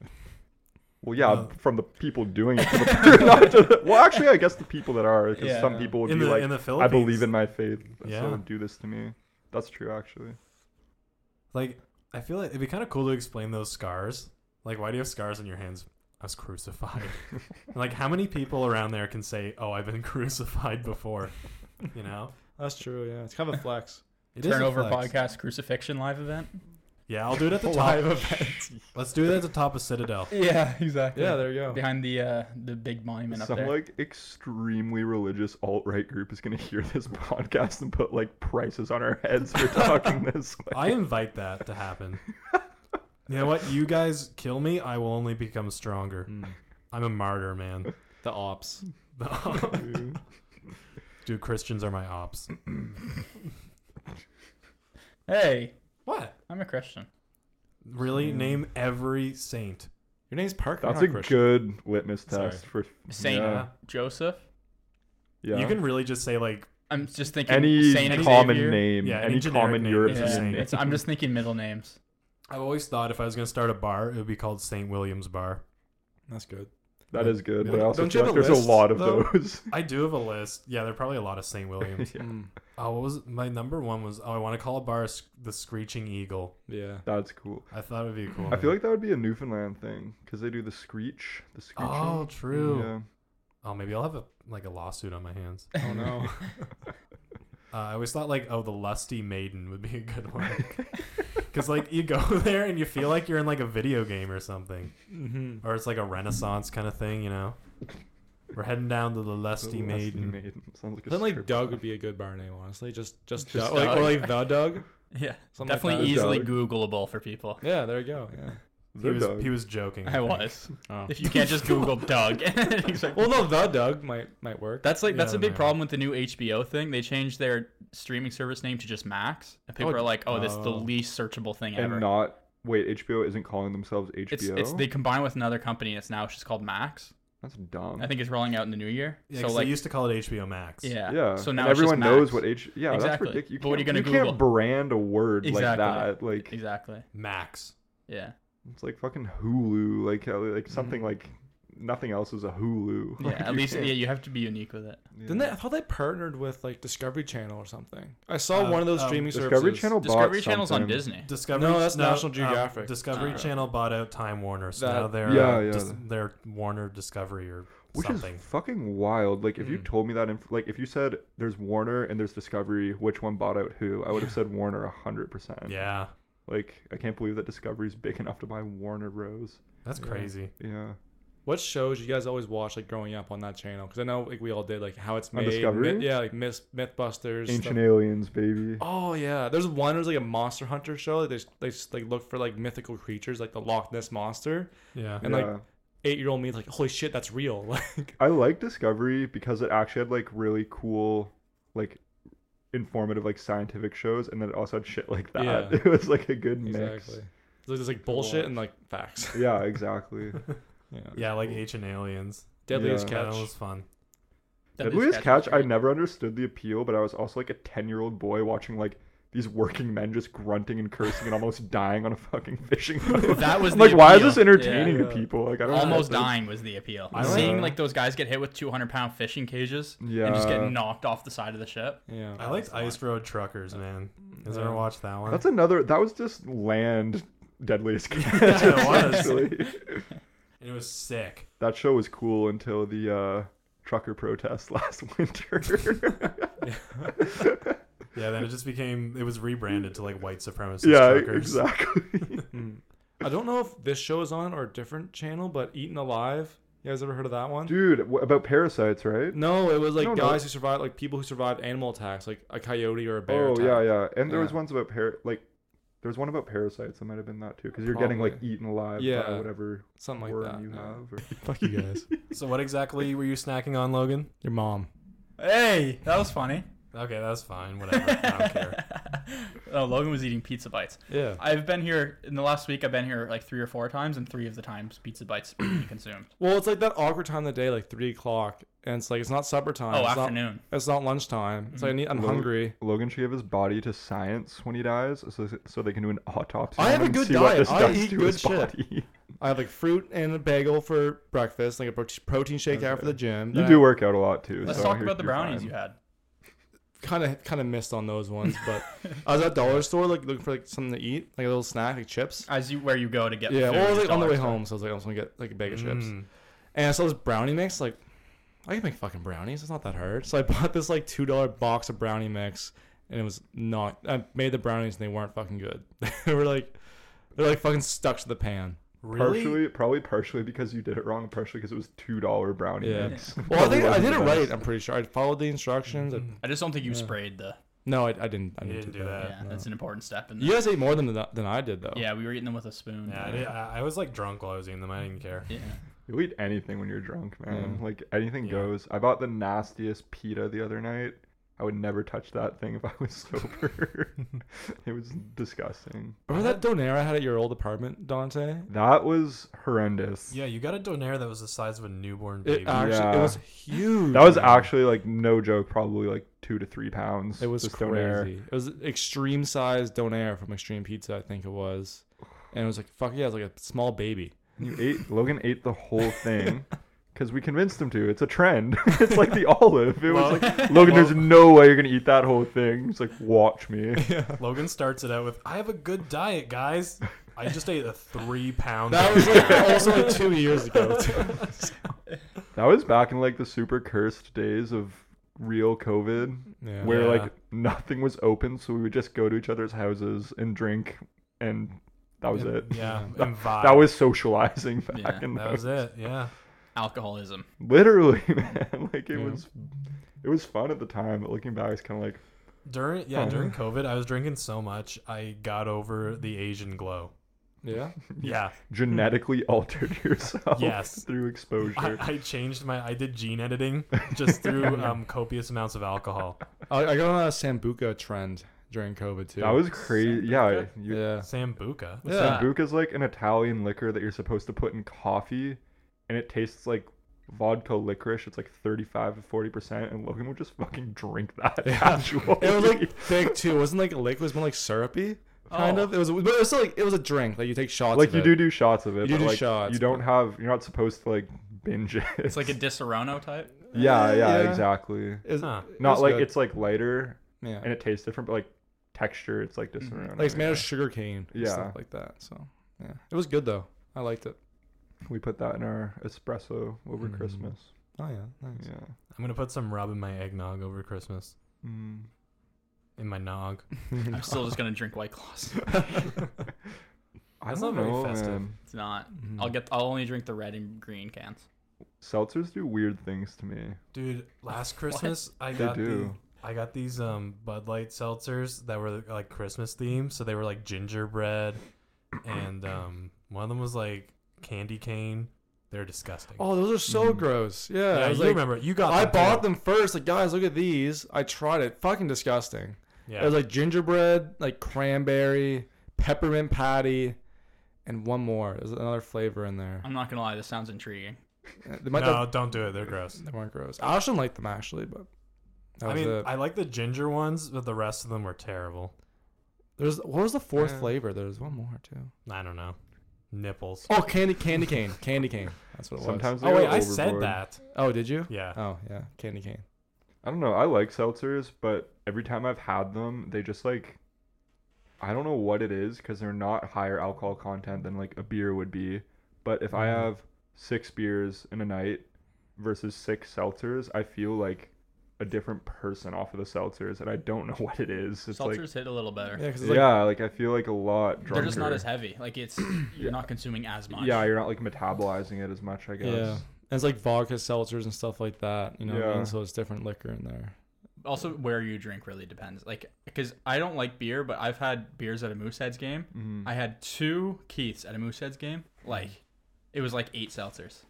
S3: Well, yeah,
S1: Uh,
S3: from the people doing it. To the, not to the- well, actually, I guess the people that are, because
S4: Yeah.
S3: some people would
S1: In
S3: be
S1: the,
S3: like,
S1: in the
S3: I
S1: Philippines.
S3: believe in my faith,
S1: Yeah.
S3: so do this to me. That's true, actually.
S1: Like, I feel like it'd be kind of cool to explain those scars. Like, why do you have scars on your hands? I was crucified. like, how many people around there can say, oh, I've been crucified before? You know?
S2: That's true. Yeah. It's kind of a flex.
S1: It is a
S4: Turnover
S1: flex.
S4: podcast crucifixion live event.
S1: Yeah, I'll do it at the
S2: Live
S1: top.
S2: event.
S1: Let's do it at the top of Citadel.
S4: Yeah, exactly.
S2: Yeah. There you go.
S4: behind the uh, the big monument up
S3: Some
S4: there.
S3: like extremely religious alt right group is gonna hear this podcast and put like prices on our heads for talking this. Like,
S1: I invite that to happen. You know what? You guys kill me, I will only become stronger.
S2: Mm.
S1: I'm a martyr, man.
S2: The ops.
S3: dude.
S1: Dude, Christians are my ops.
S4: hey,
S1: What?
S4: I'm a Christian.
S1: Really? Name every saint.
S2: Your name's Parker.
S3: That's
S2: not
S3: a
S2: Christian.
S3: good litmus
S2: Sorry.
S3: test for
S4: Saint
S3: Yeah,
S4: Joseph.
S3: yeah.
S1: You can really just say like
S4: I'm just thinking
S3: any
S4: Saint
S3: common
S4: Xavier.
S3: name,
S1: Yeah, any
S3: any,
S1: generic
S3: common
S1: name.
S3: European
S1: It's the
S4: Yeah,
S1: same.
S3: name.
S4: it's, I'm just thinking middle names.
S1: I've always thought if I was gonna start a bar, it would be called Saint William's Bar.
S2: That's good.
S3: That is good, but I
S1: Don't
S3: also
S2: you
S3: feel
S2: have
S3: like
S2: a
S3: there's
S2: list,
S3: a lot of
S2: though?
S3: those.
S1: I do have a list. Yeah, there are probably a lot of Saint Williams.
S3: Yeah.
S2: Mm.
S1: oh, what was my number one was oh I want to call a bar Sc- the Screeching Eagle.
S2: Yeah.
S3: That's cool.
S1: I thought it would be a cool.
S3: I
S1: name.
S3: feel like that would be a Newfoundland thing because they do the screech, the screeching.
S1: Oh, true.
S3: Yeah.
S1: Oh, maybe I'll have a like a lawsuit on my hands.
S2: Oh no.
S1: Uh, I always thought like, oh, the lusty maiden would be a good one, because like you go there and you feel like you're in like a video game or something,
S2: mm-hmm.
S1: or it's like a Renaissance kind of thing, you know. We're heading down to the lusty
S3: Little Lusty
S1: maiden.
S3: Maiden. Sounds like a
S2: Then like
S3: strip
S2: Doug
S3: club.
S2: would be a good bar name, honestly. Just just, Doug.
S4: Just
S2: Like, or
S4: Doug.
S2: like the Doug.
S4: Yeah,
S2: Something like
S4: definitely
S2: that.
S4: easily
S3: Doug.
S4: Googleable for people.
S2: Yeah. There you go. Yeah.
S1: He
S3: The
S1: was
S3: Doug.
S1: he was joking.
S4: I was.
S2: Oh.
S4: If you can't just Google Doug, Exactly.
S2: Well, no, the Doug might might work.
S4: that's like that's
S1: Yeah,
S4: a big
S1: man.
S4: problem with the new HBO thing. They changed their streaming service name to just Max, and people
S2: Oh,
S4: are like, "Oh, this is the
S2: oh.
S4: least searchable thing
S3: and
S4: ever."
S3: not wait. HBO isn't calling themselves HBO.
S4: it's it's they combine with another company. and It's now it's just called Max.
S3: That's dumb.
S4: I think it's rolling out in the new year.
S1: Yeah,
S4: so
S1: 'cause
S4: like,
S1: they used to call it HBO Max.
S4: yeah.
S3: yeah.
S4: So
S3: and
S4: now it's just
S3: everyone knows
S4: Max.
S3: what H. Yeah, that's
S4: Exactly.
S3: ridiculous. You
S4: But what are you
S3: can't-
S4: gonna
S3: You can't brand a word like
S4: Exactly.
S3: that. Like
S4: Exactly.
S1: Max.
S4: Yeah.
S3: it's like fucking Hulu. Like how- like uh, something like nothing else is a Hulu.
S4: Mm-hmm. Yeah,
S3: Like,
S4: at
S3: you
S4: least
S3: can't-
S4: yeah, you have to be unique with it.
S2: Didn't they? I thought they partnered with like Discovery Channel or something. I saw
S1: Uh,
S2: one of those
S1: um,
S2: streaming
S3: Discovery
S2: services.
S3: Channel bought
S4: Discovery Channel's on
S3: something.
S4: Disney.
S1: Discovery.
S2: No, that's National Geographic.
S1: Discovery
S4: Oh.
S1: Channel bought out Time Warner, so
S2: Uh-huh. That-
S1: now they're
S3: Yeah,
S1: uh,
S3: yeah.
S1: Dis- they're Warner Discovery or
S3: Which
S1: something.
S3: is fucking wild. Like if you
S2: Mm.
S3: told me that, inf- like if you said there's Warner and there's Discovery, which one bought out who? I would have said Warner a hundred percent.
S1: yeah,
S3: Like I can't believe that Discovery's big enough to buy Warner Bros.
S1: that's
S2: Yeah.
S1: crazy.
S3: Yeah.
S2: What shows you guys always watch like growing up on that channel? Because I know like we all did like how it's
S3: On
S2: made.
S3: Discovery?
S2: Myth- yeah, like Myth, MythBusters.
S3: Ancient
S2: stuff-
S3: Aliens, baby.
S2: Oh yeah, there's one. There's like a monster hunter show. Like, they s- they s- like look for like mythical creatures, like the Loch Ness monster.
S1: Yeah,
S2: and, like,
S3: Yeah.
S2: Eight year old me's like, holy shit, that's real. Like
S3: I like Discovery because it actually had like really cool, like informative, like scientific shows, and then it also had shit like that.
S2: Yeah.
S3: It was like a good mix.
S2: exactly. So there's like bullshit and like facts.
S3: Yeah, exactly.
S2: Yeah.
S1: yeah, like Ancient Aliens.
S2: Deadliest
S3: Yeah.
S1: That
S2: Catch.
S1: was fun.
S3: Deadliest Catch, I
S4: was
S3: never understood the appeal, but I was also like a 10 year old boy watching like these working men just grunting and cursing and almost dying on a fucking fishing
S4: great.
S3: boat.
S4: That was
S3: I'm like,
S4: the
S3: why is
S4: appeal.
S3: this entertaining
S2: Yeah.
S3: to people? Like, I don't
S4: Yeah. Almost
S3: get this.
S4: dying was the appeal.
S1: I
S3: like-
S4: Seeing like those guys get hit with 200 pound fishing cages
S3: Yeah.
S4: and just get knocked off the side of the ship.
S2: Yeah.
S1: I liked Ice Road Truckers, man. Has ever
S2: Yeah.
S1: watched that one?
S3: That's another. That was just land deadliest catch.
S1: it was.
S3: actually.
S1: and it was sick.
S3: That show was cool until the uh, trucker protests last winter.
S1: Yeah, then it just became it was rebranded to like white supremacist
S3: yeah,
S1: truckers.
S3: exactly.
S2: Mm. I don't know if this show is on or a different channel, but Eaten Alive. You guys ever heard of that one?
S3: Dude, wh- about parasites, right?
S2: No, it was like
S3: No, no.
S2: guys who survived, like people who survived animal attacks, like a coyote or a bear.
S3: Oh
S2: attack.
S3: yeah, yeah. And there was
S2: Yeah.
S3: ones about par like there was one about parasites. That might have been that too, because you're getting like
S2: Probably.
S3: eaten alive by
S2: Yeah.
S3: whatever
S2: something like
S3: worm
S2: that.
S3: you
S2: yeah.
S3: have. Or...
S2: Fuck you guys.
S1: So what exactly were you snacking on, Logan?
S2: Your mom.
S4: Hey, that was funny.
S1: Okay, that's fine. Whatever. I don't care.
S4: Oh, Logan was eating pizza bites.
S2: Yeah.
S4: I've been here in the last week. I've been here like three or four times, and three of the times pizza bites were being consumed.
S2: Well, it's like that awkward time of the day, like three o'clock, and it's like it's not supper time.
S4: Oh,
S2: it's
S4: afternoon.
S2: Not, it's not lunchtime. It's like I need, I'm
S3: Lo-
S2: hungry.
S3: Logan should give his body to science when he dies, so so they can do an autopsy.
S2: I
S3: on
S2: have a
S3: him and
S2: good
S3: see what
S2: diet.
S3: this
S2: I
S3: does
S2: eat
S3: to
S2: good
S3: his
S2: shit.
S3: body.
S2: I have like fruit and a bagel for breakfast, like a prote- protein shake after
S3: Okay.
S2: the gym.
S3: you do work out a lot too.
S4: Let's
S3: so
S4: talk
S3: you're-
S4: about the
S3: you're
S4: brownies
S3: fine.
S4: you had.
S2: Kind of, kind of missed on those ones, but I was at dollar store like looking for like something to eat, like a little snack, like chips.
S4: As you where you go to get
S2: Yeah,
S4: food,
S2: well, I was
S4: it's
S2: like on the
S4: dollar
S2: way
S4: store.
S2: home, so I was like, I was gonna get like a bag of chips.
S1: Mm.
S2: And I saw this brownie mix. Like, I can make fucking brownies. It's not that hard. So I bought this like two dollar box of brownie mix, and it was not. I made the brownies, and they weren't fucking good. they were like, they're like fucking stuck to the pan.
S1: Really?
S3: Partially, probably partially because you did it wrong. Partially because it was two dollar brownie
S2: Yeah.
S3: mix.
S2: Well, I think I
S3: Probably
S2: did it
S3: wasn't the
S2: right.
S3: best.
S2: I'm pretty sure I followed the instructions. I-
S4: I just don't think you
S2: Yeah.
S4: sprayed the.
S2: no, I, I didn't. I
S1: You
S2: didn't, do that.
S4: Yeah, that's an important step. In the,
S2: You guys ate more than than I did though.
S4: Yeah, we were eating them with a spoon.
S1: Yeah, I, did, I, I was like drunk while I was eating them. I didn't care.
S4: Yeah.
S3: You eat anything when you're drunk, man.
S2: Yeah.
S3: Like anything
S1: Yeah.
S3: goes. I bought the nastiest pita the other night. I would never touch that thing if I was sober. it was disgusting.
S2: Remember that donair I had at your old apartment, Dante?
S3: That was horrendous.
S1: Yeah, you got a donaire that was the size of a newborn baby.
S2: It actually it
S3: Yeah.
S2: was huge.
S3: That was
S2: man.
S3: actually like no joke, probably like two to three pounds.
S2: It was
S3: Just
S2: crazy.
S3: don't air.
S2: It was extreme size donair from Extreme Pizza, I think it was. And it was like fuck yeah, it was like a small baby.
S3: You ate Logan ate the whole thing. Because we convinced him to. It's a trend. it's like the olive. It was like, Logan, there's no way you're going to eat that whole thing. It's like, watch me.
S1: Logan starts it out with, "I have a good diet, guys. I just ate a three pound."
S2: That was like, also like two years ago. too.
S3: That was back in like the super cursed days of real COVID,
S2: Yeah.
S3: where
S1: Yeah.
S3: like nothing was open, so we would just go to each other's houses and drink, and that was it.
S1: Yeah, and
S3: That
S1: vibe.
S3: was socializing back
S4: Yeah,
S3: in
S1: that was
S3: those.
S1: it. Yeah.
S4: Alcoholism.
S3: Literally, man. Like it
S2: Yeah.
S3: was, it was fun at the time, but looking back, it's kind of like
S1: Hmm. During yeah
S3: Huh.
S1: during COVID, I was drinking so much I got over the Asian glow.
S2: yeah.
S1: Yeah,
S3: genetically altered yourself
S1: Yes.
S3: through exposure.
S1: I, I changed my I did gene editing just through um, copious amounts of alcohol.
S2: I, I got on a sambuca trend during COVID too.
S3: that was crazy. Yeah, you,
S2: yeah.
S1: Sambuca.
S2: Yeah.
S3: Sambuca is like an Italian liquor that you're supposed to put in coffee, and it tastes like vodka licorice. It's like 35 to 40 percent, and Logan would just fucking drink that. casually.
S2: It was like thick too. It wasn't like a liquid. It was more like syrupy, kind
S4: Oh.
S2: of. It was, but it was still like it was a drink. Like you take shots.
S3: Like,
S2: of
S3: you
S2: it.
S3: do do shots of it.
S2: You do
S3: but
S2: do
S3: like,
S2: shots,
S3: You don't
S2: but-
S3: have. You're not supposed to like binge it.
S4: It's like a Disaronno type.
S3: yeah, yeah,
S2: Yeah.
S3: exactly.
S2: It's-
S1: Huh.
S2: it
S3: Not
S2: was
S3: like
S2: good.
S3: it's like lighter
S2: yeah.
S3: and it tastes different, but like texture, it's like
S4: Mhm.
S3: different.
S2: Mm-hmm. like it's made of sugar cane, yeah,
S3: Yeah.
S2: stuff like that. So yeah, it was good though. I liked it.
S3: We put that in our espresso over
S2: Mm.
S3: Christmas.
S2: Oh yeah, nice.
S3: Yeah.
S1: I'm gonna put some rub in my eggnog over Christmas.
S3: Mm.
S1: In my nog.
S4: I'm still just gonna drink White Claws.
S3: I
S1: That's
S3: don't
S1: not very
S3: know,
S1: festive.
S3: man.
S4: It's not.
S2: Mhm.
S4: I'll get. I'll only drink the red and green cans.
S3: Seltzers do weird things to me.
S1: Dude, last Christmas I got the,
S3: do.
S1: I got these um Bud Light seltzers that were like Christmas themed, so they were like gingerbread, and um one of them was like candy cane. They're disgusting.
S2: Oh, those are so
S3: Mhm.
S2: gross. Yeah,
S1: yeah,
S2: I
S1: you
S2: was like,
S1: remember you got.
S2: I bought
S1: too.
S2: them first. Like, guys, look at these. I tried it. Fucking disgusting. It
S1: Yeah,
S2: was like gingerbread, like cranberry, peppermint patty, and one more. There's another flavor in there.
S4: I'm not gonna lie. This sounds intriguing.
S2: Uh, They,
S1: Um, no,
S2: might not
S1: don't do it. They're gross.
S2: they weren't gross. I actually liked them actually, but that
S1: I
S2: was
S1: mean,
S2: it.
S1: I like the ginger ones, but the rest of them were terrible.
S2: There's what was the fourth
S3: Yeah.
S2: flavor? There's one more too.
S1: I don't know, nipples.
S2: Oh, candy, candy cane, candy cane. That's what it
S3: Sometimes
S2: was.
S3: they
S1: Oh wait,
S3: go
S1: I said
S3: overboard.
S1: that.
S2: Oh, did you?
S1: Yeah,
S2: Oh yeah, candy cane.
S3: I don't know. I like seltzers, but every time I've had them, they just like I don't know what it is because they're not higher alcohol content than like a beer would be. But if I
S2: Mm.
S3: have six beers in a night versus six seltzers, I feel like a different person off of the seltzers, and I don't know what it is. It's
S4: Seltzers hit a little better.
S2: Yeah, because
S3: like
S2: like
S3: yeah, like I feel like a lot drunker.
S4: They're just not as heavy. Like it's you're
S3: Yeah.
S4: not consuming as much.
S3: yeah, you're not like metabolizing it as much. I guess.
S2: yeah, and it's like vodka seltzers and stuff like that. You know, what I
S3: Yeah.
S2: mean? so it's different liquor in there.
S4: also where you drink really depends. Like because I don't like beer, but I've had beers at a Mooseheads game.
S3: Mhm.
S4: I had two Keiths at a Mooseheads game. Like it was like eight seltzers.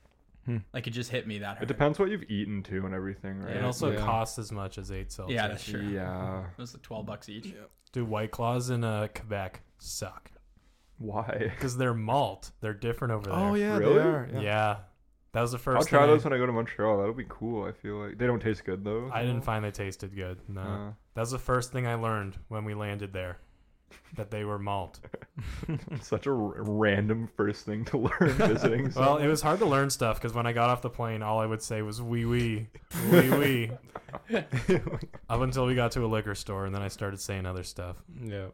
S2: Hmm.
S4: Like it just hit me that
S3: It
S4: hard.
S3: depends what you've eaten too and everything, right?
S4: Yeah.
S1: it also
S2: Yeah.
S1: costs as much as eight seltzers.
S4: Yeah, that's true.
S3: Yeah.
S4: It was the twelve bucks each.
S1: Dude, White Claws in uh, Quebec suck
S3: Why?
S1: because they're malt. They're different over there.
S2: Oh yeah,
S3: Really?
S2: they are.
S1: yeah.
S2: Yeah.
S1: That was the first.
S3: I'll try
S1: thing I-
S3: those when I go to Montreal. That'll be cool. I feel like they don't taste good though.
S1: I didn't find they tasted good. No,
S3: Uh,
S1: that was the first thing I learned when we landed there, that they were malt.
S3: such a r- random first thing to learn visiting.
S1: Well, it was hard to learn stuff because when I got off the plane, all I would say was "wee wee, wee wee," up until we got to a liquor store, and then I started saying other stuff.
S2: yeah.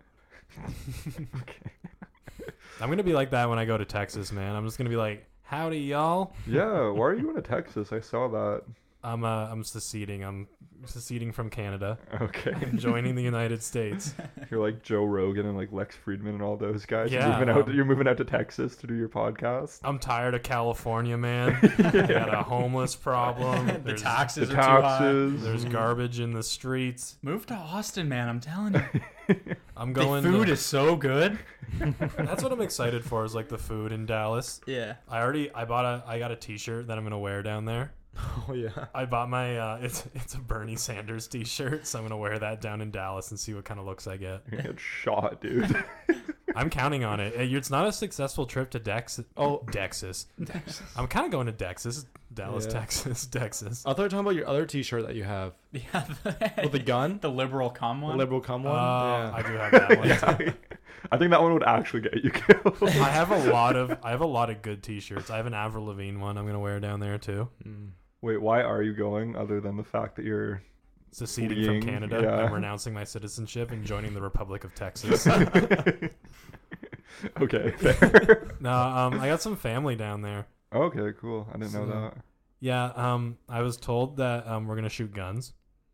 S1: I'm gonna be like that when I go to Texas, man. I'm just gonna be like, "Howdy, y'all."
S3: yeah. Why are you going to Texas? I saw that.
S1: I'm uh, I'm seceding. I'm seceding from Canada,
S3: Okay.
S1: and joining the United States.
S3: You're like Joe Rogan and like Lex Friedman and all those guys.
S1: Yeah,
S3: You're moving out.
S1: um,
S3: you're moving out to Texas to do your podcast.
S1: I'm tired of California, man. I got a homeless problem.
S4: the Mm.
S1: There's-
S3: The
S4: taxes are too high.
S3: taxes.
S1: There's garbage in the streets.
S4: Move to Austin, man. I'm telling you,
S1: I'm
S4: the
S1: going.
S4: food
S1: to-
S4: is so good.
S1: that's what I'm excited for. Is like the food in Dallas.
S4: Yeah.
S1: I already I bought a I got a T-shirt that I'm gonna wear down there.
S2: Oh yeah.
S1: I bought my uh, it's it's a Bernie Sanders T-shirt, so I'm gonna wear that down in Dallas and see what kind of looks I get.
S3: You're gonna get shot, dude.
S1: I'm counting on it. It- It's not a successful trip to Dex.
S2: Oh.
S1: Dexas. I'm kind of going to Dexas, Dallas,
S2: Yeah.
S1: Texas, Dexas.
S2: I thought you were talking about your other T-shirt that you have
S4: Yeah.
S2: with the gun,
S4: the liberal com
S2: the
S4: one.
S2: liberal cum
S1: Uh,
S2: one.
S1: I do have that one.
S3: Yeah. I think that one would actually get you killed.
S1: I have a lot of I have a lot of good T-shirts. I have an Avril Lavigne one I'm gonna wear down there too.
S2: yeah. Mm.
S3: Wait, why are you going? Other than the fact that you're
S1: Seceding
S3: Fleeing,
S1: from Canada,
S3: yeah.
S1: I'm renouncing my citizenship and joining the Republic of Texas.
S3: okay, fair.
S1: no, um, I got some family down there.
S3: okay, cool. I didn't know
S2: So-
S3: that.
S1: Yeah, um, I was told that um, we're gonna shoot guns.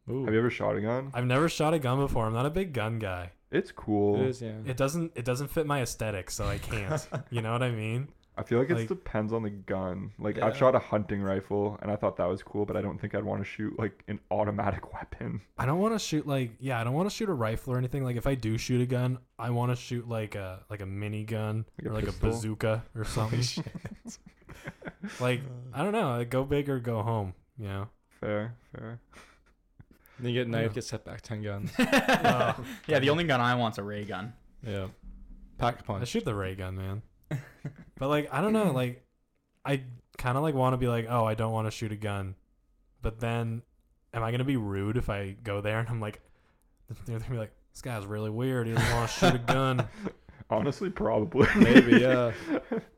S2: Ooh.
S3: Have you ever shot a gun?
S1: I've never shot a gun before. I'm not a big gun guy.
S3: It's cool.
S2: It is, yeah.
S1: It doesn't it doesn't fit my aesthetic, so I can't. you know what I mean?
S3: I feel like it
S1: Like-
S3: depends on the gun. Like
S2: Yeah.
S3: I've shot a hunting rifle and I thought that was cool, but I don't think I'd want to shoot like an automatic weapon.
S1: I don't want to shoot like yeah, I don't want to shoot a rifle or anything. Like if I do shoot a gun, I want to shoot like a like a mini gun
S3: Like a
S1: or like
S3: pistol?
S1: a bazooka or something. like I don't know, like, go big or go home. You know,
S3: Fair, fair.
S2: Then you get
S1: Yeah.
S2: knife, get set back ten guns.
S1: Oh.
S4: yeah, the only gun I want's a ray gun.
S2: yeah. Pack a
S1: I
S2: punch.
S1: shoot the ray gun, man. But like I don't know, like I kind of like want to be like, oh, I don't want to shoot a gun, but then am I gonna be rude if I go there and I'm like, they're gonna be like, this guy's really weird. He doesn't want to shoot a gun.
S3: Honestly, probably.
S2: Maybe, yeah.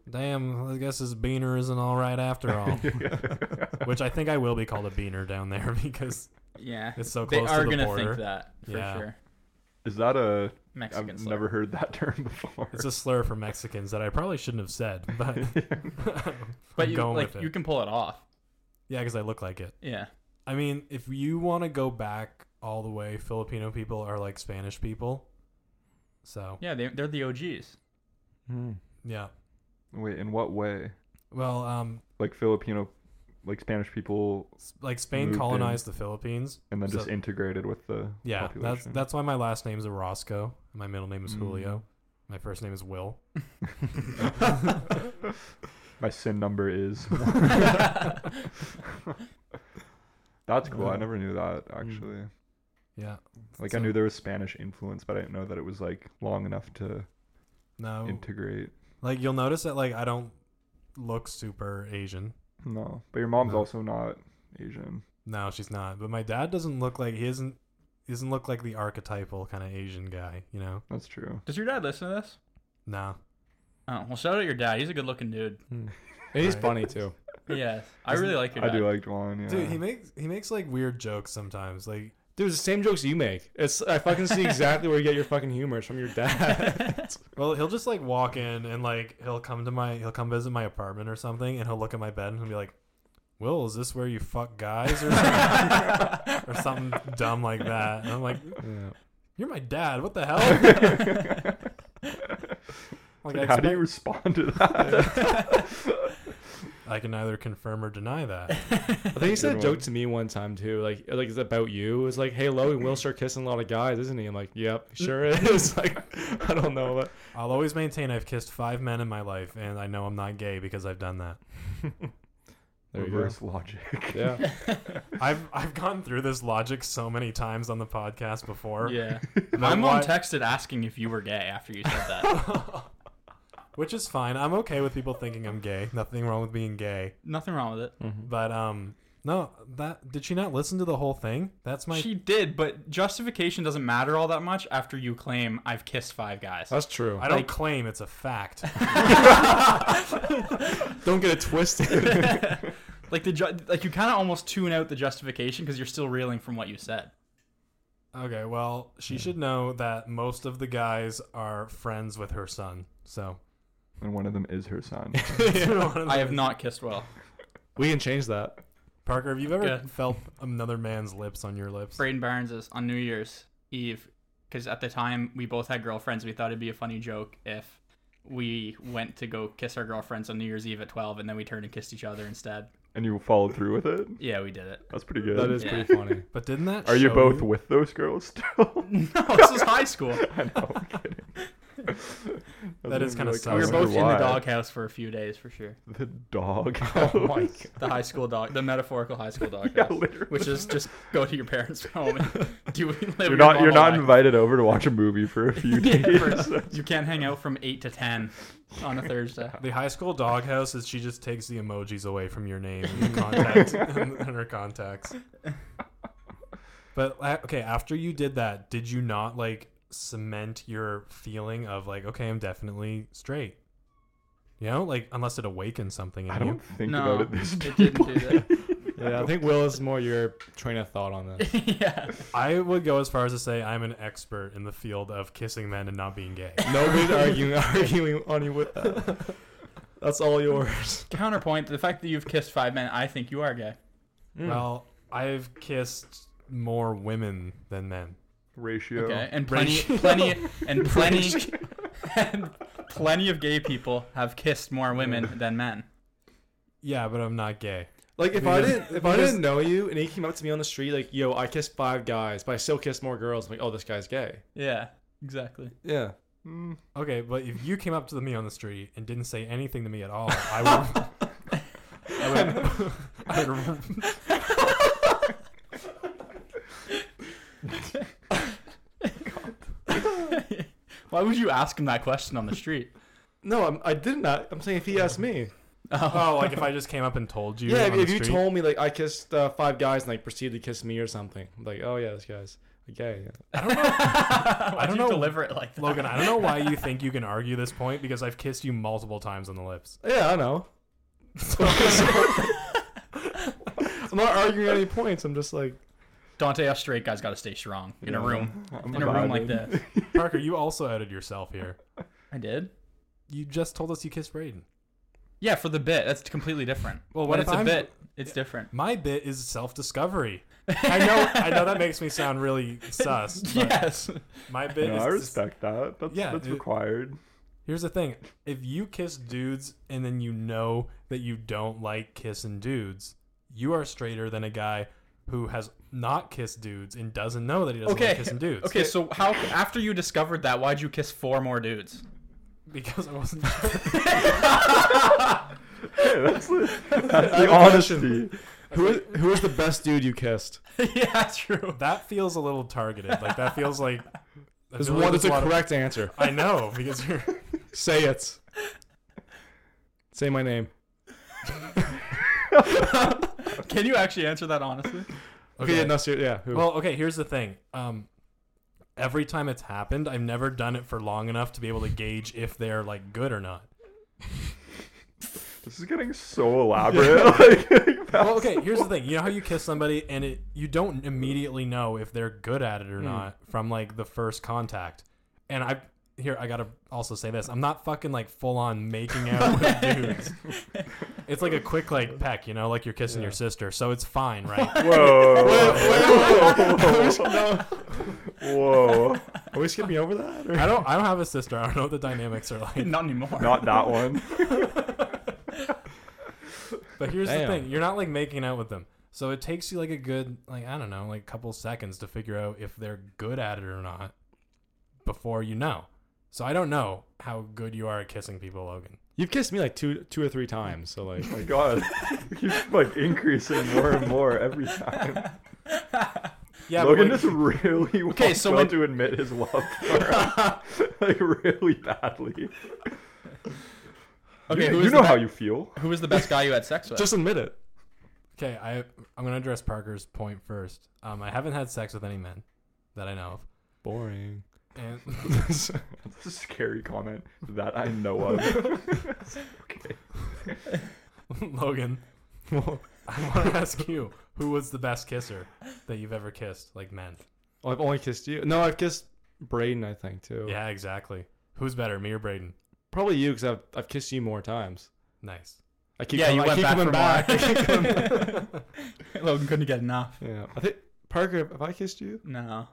S1: Damn, I guess this beaner isn't all right after all. Which I think I will be called a beaner down there because
S4: Yeah.
S1: it's so
S4: They
S1: close
S4: are
S1: to the
S4: gonna
S1: border.
S4: think that for
S1: Yeah.
S4: sure.
S3: Is that a?
S4: Mexican
S3: have
S4: slur.
S3: never heard that term before.
S1: It's a slur for Mexicans that I probably shouldn't have said, but
S4: But
S1: I'm
S4: you
S1: going
S4: like
S1: with it.
S4: you can pull it off.
S1: yeah, because I look like it.
S4: Yeah.
S1: I mean, if you want to go back all the way, Filipino people are like Spanish people. So
S4: Yeah, they they're the OGs.
S1: yeah,
S3: Hmm. Wait, in what way?
S1: well, um,
S3: Like Filipino, like Spanish people,
S1: s- like Spain
S3: Moved in.
S1: colonized the Philippines.
S3: and then
S1: So-
S3: just integrated with the
S1: Yeah, that's
S3: population.
S1: that's why my last name's Orozco. and My middle name is
S3: Mm.
S1: Julio. My first name is Will.
S3: my sin number is. that's cool. I never knew that actually.
S1: Yeah,
S3: Like
S1: Mm. So-
S3: I knew there was Spanish influence, but I didn't know that it was like long enough to
S1: no,
S3: integrate.
S1: like you'll notice that like I don't look super Asian.
S3: No, but your mom's
S1: No.
S3: also not Asian.
S1: No, she's not. But my dad doesn't look like he isn't. He doesn't look like the archetypal kind of Asian guy. You know?
S3: That's true.
S4: Does your dad listen to this?
S1: Nah.
S4: Oh well, shout out your dad. He's a good looking dude.
S2: Hmm. And he's
S1: Right.
S2: funny too.
S4: Yeah, I
S1: Isn't-
S4: really like your
S3: I
S4: dad.
S3: do like Juan. Yeah.
S1: Dude, he makes he makes like weird jokes sometimes. Like
S2: Dude, it's the same jokes you make. It's I fucking see exactly where you get your fucking humor. It's from your dad.
S1: Well, he'll just like walk in and like he'll come to my he'll come visit my apartment or something, and he'll look at my bed and he'll be like, "Will, is this where you fuck guys or something, or something dumb like that?" And I'm like,
S2: yeah.
S1: "You're my dad. What the hell?" like, I,
S3: Like, how do you
S1: expect-
S3: respond to that?
S1: I can neither confirm or deny that.
S2: I think he said a
S3: Good
S2: joke
S3: one.
S2: to me one time too. Like like it's about you. It's like, hey Logan, Will start kissing a lot of guys, isn't he? I'm like, yep, sure
S1: Mm.
S2: is. like I don't know but
S1: I'll always maintain I've kissed five men in my life, and I know I'm not gay because I've done that.
S2: there you go.
S3: Reverse logic.
S2: Yeah.
S1: I've I've gone through this logic so many times on the podcast before.
S4: Yeah,
S1: that
S4: my mom
S1: why-
S4: texted asking if you were gay after you said that.
S1: which is fine. I'm okay with people thinking I'm gay. Nothing wrong with being gay.
S4: Nothing wrong with it.
S1: But um no, that did she not listen to the whole thing? That's my
S4: she did, but justification doesn't matter all that much after you claim I've kissed five guys.
S2: That's true.
S1: I don't claim it's a fact.
S2: don't get it twisted.
S4: like the ju- like you kind of almost tune out the justification because you're still reeling from what you said.
S1: okay, well, she should know that most of the guys are friends with her son. So
S3: And one of them is her son.
S4: I have not kissed well.
S2: we can change that.
S1: Parker, have you ever
S4: Yeah.
S1: felt another man's lips on your lips?
S4: Braden Barnes is on New Year's Eve because at the time we both had girlfriends. We thought it'd be a funny joke if we went to go kiss our girlfriends on New Year's Eve at 12 and then we turned and kissed each other instead.
S3: and you followed through with it?
S4: Yeah, we did it.
S3: That's pretty good.
S2: That is
S4: Yeah.
S2: pretty funny.
S1: But didn't that
S3: Are you
S1: show
S3: both with those girls still?
S4: No, this is high school.
S3: I know, I'm kidding.
S1: That is kinda sus.
S4: We
S1: I
S4: were
S1: wonder
S4: both in the doghouse for a few days for sure.
S3: The dog.
S2: Oh my god.
S4: The high school dog, the metaphorical high school doghouse,
S3: Yeah, literally.
S4: which is just go to your parents' home. And do live
S3: You're
S4: your
S3: not. You're
S4: normal
S3: not
S4: life.
S3: invited over to watch a movie for a few days.
S4: Yeah, for- you can't hang out from eight to ten on a Thursday.
S1: The high school doghouse is she just takes the emojis away from your name and, your contact, and, and her contacts. But uh, okay, after you did that, did you not like cement your feeling of like, okay, I'm definitely straight? You know, like unless it awakens something in
S3: I
S1: you.
S3: don't think
S4: no,
S3: about it this
S4: it didn't do that.
S2: Yeah, I think Will is more your train of thought on that.
S4: yeah.
S1: I would go as far as to say I'm an expert in the field of kissing men and not being gay.
S2: Nobody's arguing arguing on you with that. That's all yours.
S4: Counterpoint: the fact that you've kissed five men, I think you are gay.
S1: Well, I've kissed more women than men.
S3: ratio.
S4: Okay, and plenty, plenty, and plenty, and plenty of gay people have kissed more women than men.
S1: Yeah, but I'm not gay.
S2: Like if I
S1: Because-
S2: didn't if I didn't know you and he came up to me on the street like, yo, I kissed five guys, but I still kissed more girls, I'm like, oh this guy's gay.
S4: Yeah, exactly.
S2: Yeah.
S3: Mm,
S1: Okay, but if you came up to me on the street and didn't say anything to me at all, I would. I would, I would
S4: Why would you ask him that question on the street?
S2: No, I'm, I did not. I'm saying if he asked me.
S1: oh, like if I just came up and told you.
S2: yeah,
S1: on
S2: if, if
S1: the
S2: you
S1: street?
S2: told me like I kissed uh, five guys and like proceeded to kiss me or something, I'm like, oh yeah, this guy's. Okay. yeah.
S1: I don't know.
S4: Why
S1: don't
S4: do you
S1: know.
S4: deliver it like that?
S1: Logan, I don't know why you think you can argue this point because I've kissed you multiple times on the lips.
S2: Yeah, I know. I'm not arguing any points. I'm just like,
S4: Dante, us straight guys got to stay strong in a
S2: Yeah.
S4: room.
S3: I'm
S4: In a room like
S3: vibing.
S4: this.
S1: Parker, you also outed yourself here.
S4: I did.
S1: You just told us you kissed Braden.
S4: Yeah, for the bit. That's completely different.
S1: Well,
S4: when
S1: what
S4: it's
S1: if
S4: a
S1: I'm-
S4: bit, it's different.
S1: My bit is self-discovery. I know. I know that makes me sound really sus. But
S4: yes.
S1: My bit
S3: No,
S1: is
S3: I respect that. That's
S1: Yeah,
S3: that's
S1: it-
S3: required.
S1: Here's the thing: if you kiss dudes and then you know that you don't like kissing dudes, you are straighter than a guy who has not kissed dudes and doesn't know that he doesn't
S4: Okay.
S1: like kissing dudes.
S4: Okay, so how after you discovered that, why'd you kiss four more dudes?
S1: because I wasn't.
S3: Hey, that's the, that's
S2: I have
S3: the
S2: a
S3: honesty.
S2: who is, who is the best dude you kissed?
S4: yeah, true.
S1: that feels a little targeted. Like that feels like I
S2: There's
S1: feel
S2: one
S1: like
S2: that's a
S1: lot of-
S2: correct answer.
S1: I know because you're.
S2: Say it. Say my name.
S4: Can you actually answer that honestly?
S2: Okay, yeah, no, ser- yeah. Who?
S1: Well, okay, here's the thing. Um, every time it's happened, I've never done it for long enough to be able to gauge if they're like good or not.
S3: This is getting so elaborate. like, like,
S1: Well, okay, here's the thing. You know how you kiss somebody and it you don't immediately know if they're good at it or not from like the first contact. And I here I gotta also say this. I'm not fucking like full on making out with dudes. It's like a quick like peck, you know, like you're kissing your sister. So it's fine, right?
S2: Wait,
S3: whoa,
S2: wait, wait. Are we
S3: whoa,
S2: just- no.
S3: whoa,
S2: Are we skipping over that? Or?
S1: I don't I don't have a sister. I don't know what the dynamics are like.
S4: Not anymore.
S3: not that one.
S1: But here's
S2: Damn.
S1: the thing: you're not like making out with them, so it takes you like a good, like I don't know, like couple seconds to figure out if they're good at it or not before you know. So I don't know how good you are at kissing people, Logan.
S2: You've kissed me like two, two or three times. So like,
S3: Oh my god, it keeps like increasing more and more every time.
S1: Yeah,
S3: Logan
S1: but like,
S3: just really okay.
S4: so
S3: So
S4: when-
S3: to admit his love for her, like really badly.
S4: Okay,
S3: you,
S4: who
S3: you
S4: is
S3: know
S4: the
S3: how
S4: be-
S3: you feel.
S4: who is the best guy you had sex with?
S2: just admit it.
S1: okay, I I'm gonna address Parker's point first. Um, I haven't had sex with any men that I know
S2: Boring.
S1: of, and
S3: That's a scary comment that I know of.
S1: Logan,
S2: well,
S1: I want to ask you, who was the best kisser that you've ever kissed, like men?
S2: I've only kissed you. No, I've kissed Braden. I think too.
S1: Yeah, exactly. Who's better, me or Braden?
S2: Probably you, because I've I've kissed you more times.
S1: Nice.
S2: I keep
S4: yeah,
S2: com-
S4: you
S2: I
S4: went
S2: keep
S4: back
S2: coming
S4: for
S2: back. I keep coming back.
S4: more. Logan couldn't get enough.
S2: Yeah, I think Parker. Have I kissed you?
S4: No,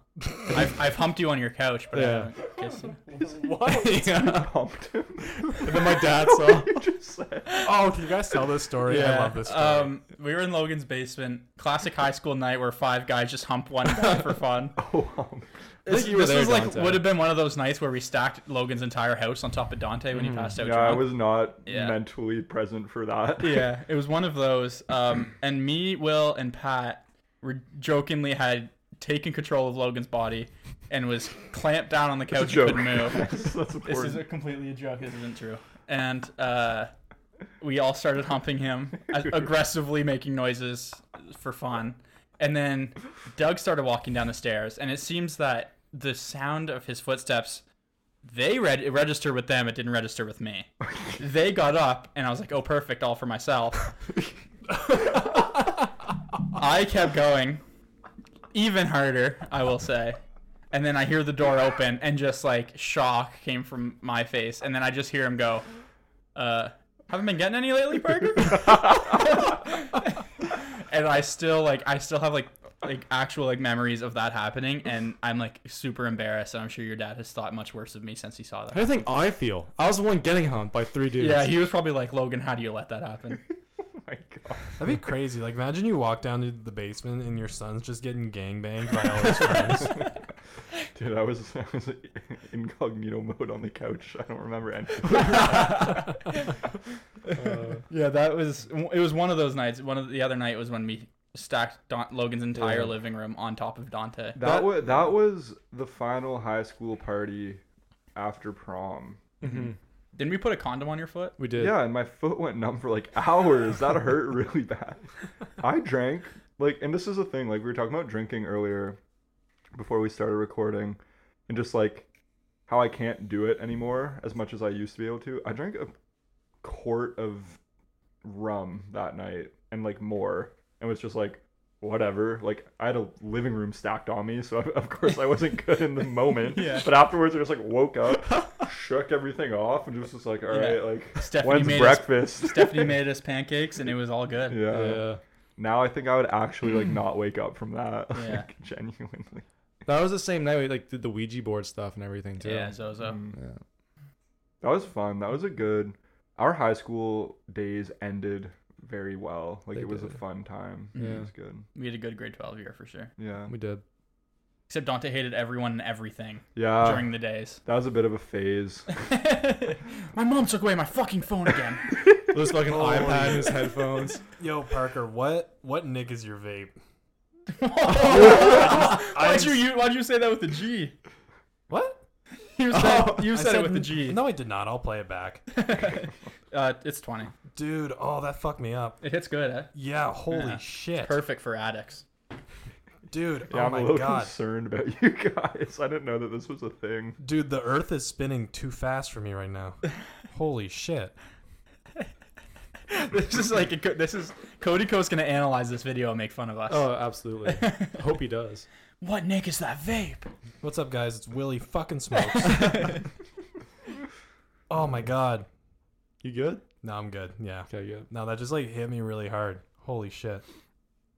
S4: I've, I've humped you on your couch, but I
S2: Yeah.
S4: haven't kissed you.
S2: What? yeah.
S3: Pumped him.
S2: And then my dad saw.
S3: You just said.
S1: Oh, can you guys tell this story? I love this story.
S4: Um, we were in Logan's basement. Classic high school night where five guys just hump one guy for fun.
S3: Oh, um,
S2: think
S4: This,
S2: you were
S4: this
S2: there,
S4: was like
S2: Dante.
S4: would have been one of those nights where we stacked Logan's entire house on top of Dante when
S2: Mm.
S4: he passed out.
S3: yeah, I
S4: drunk.
S3: was not
S4: Yeah.
S3: mentally present for that.
S4: yeah, it was one of those. Um, and me, Will, and Pat were jokingly had taken control of Logan's body and was clamped down on the
S3: It's a
S4: couch and
S3: joke.
S4: couldn't move.
S3: That's, that's important.
S4: this is a completely a joke. This isn't true. And uh, we all started humping him, a- aggressively making noises for fun. And then Doug started walking down the stairs, and it seems that the sound of his footsteps they read it registered with them it didn't register with me they got up and i was like oh perfect all for myself i kept going even harder i will say and then i hear the door open and just like shock came from my face and then i just hear him go uh haven't been getting any lately parker and i still like i still have like like actual like memories of that happening and i'm like super embarrassed and i'm sure your dad has thought much worse of me since he saw that
S2: How do you think I feel? I was the one getting humped by three dudes.
S4: yeah, he was probably like, Logan, how do you let that happen?
S3: Oh my god.
S1: That'd be crazy. Like, imagine you walk down to the basement and your son's just getting gangbanged by all his friends.
S4: Uh,
S3: Dude, I was I was incognito mode on the couch. I don't remember anything.
S4: yeah, that was it was one of those nights. One of the other night was when we stacked Don- Logan's entire
S2: Yeah.
S4: living room on top of Dante.
S3: That was that was the final high school party after prom.
S4: Didn't we put a condom on your foot?
S2: Mm-hmm. We did.
S3: Yeah, and my foot went numb for like hours. That hurt really bad. I drank like, and this is the thing. Like we were talking about drinking earlier. before we started recording and just like how I can't do it anymore as much as I used to be able to. I drank a quart of rum that night and like more and was just like whatever like i had a living room stacked on me so of course i wasn't good in the moment
S4: Yeah.
S3: but afterwards i just like woke up shook everything off and was just like all
S4: Yeah.
S3: right like
S4: Stephanie
S3: when's
S4: made us-
S3: breakfast
S4: Stephanie made us pancakes and it was all good.
S3: yeah.
S2: yeah.
S3: now i think i would actually like not wake up from that
S4: Yeah.
S3: like genuinely
S2: That was the same night we like did the Ouija board stuff and everything too.
S4: Yeah, Zozo.
S3: Mm.
S2: Yeah.
S3: that was fun that was a good our high school days ended very well like
S2: They
S3: it was a
S2: did.
S3: fun time
S4: Mm-hmm.
S2: Yeah.
S3: it was good
S4: We had a good grade 12 year for sure.
S3: yeah
S2: We did.
S4: Except Dante hated everyone and everything
S3: yeah
S4: during the days.
S3: that was a bit of a phase
S4: my mom took away my fucking phone again.
S2: This fucking
S4: Oh,
S1: Holy-
S2: iPad and his headphones.
S1: Yo, Parker, what what nick is your vape?
S4: why'd, you, you, why'd you say that with the G?
S1: What?
S4: You said,
S1: Oh,
S4: you
S1: I
S4: said, it with the G.
S1: No, I did not. I'll play it back.
S4: uh, it's 20.
S1: Dude, oh, that fucked me up.
S4: It hits good, eh?
S1: Yeah, holy
S4: Yeah.
S1: shit.
S4: Perfect for addicts.
S1: Dude,
S3: yeah
S1: oh
S3: i'm a
S1: my
S3: little
S1: god.
S3: concerned about you guys i didn't know that this was a thing
S1: Dude, the earth is spinning too fast for me right now. holy shit.
S4: this is like, a, co- this is, Cody Co's gonna analyze this video and make fun of us.
S2: Oh, absolutely. Hope he does.
S4: What Nick is that vape?
S1: What's up, guys? It's Willie fucking Smokes. oh my god.
S2: You good?
S1: No, I'm good. Yeah.
S2: Okay, good.
S1: No, that just like hit me really hard. Holy shit.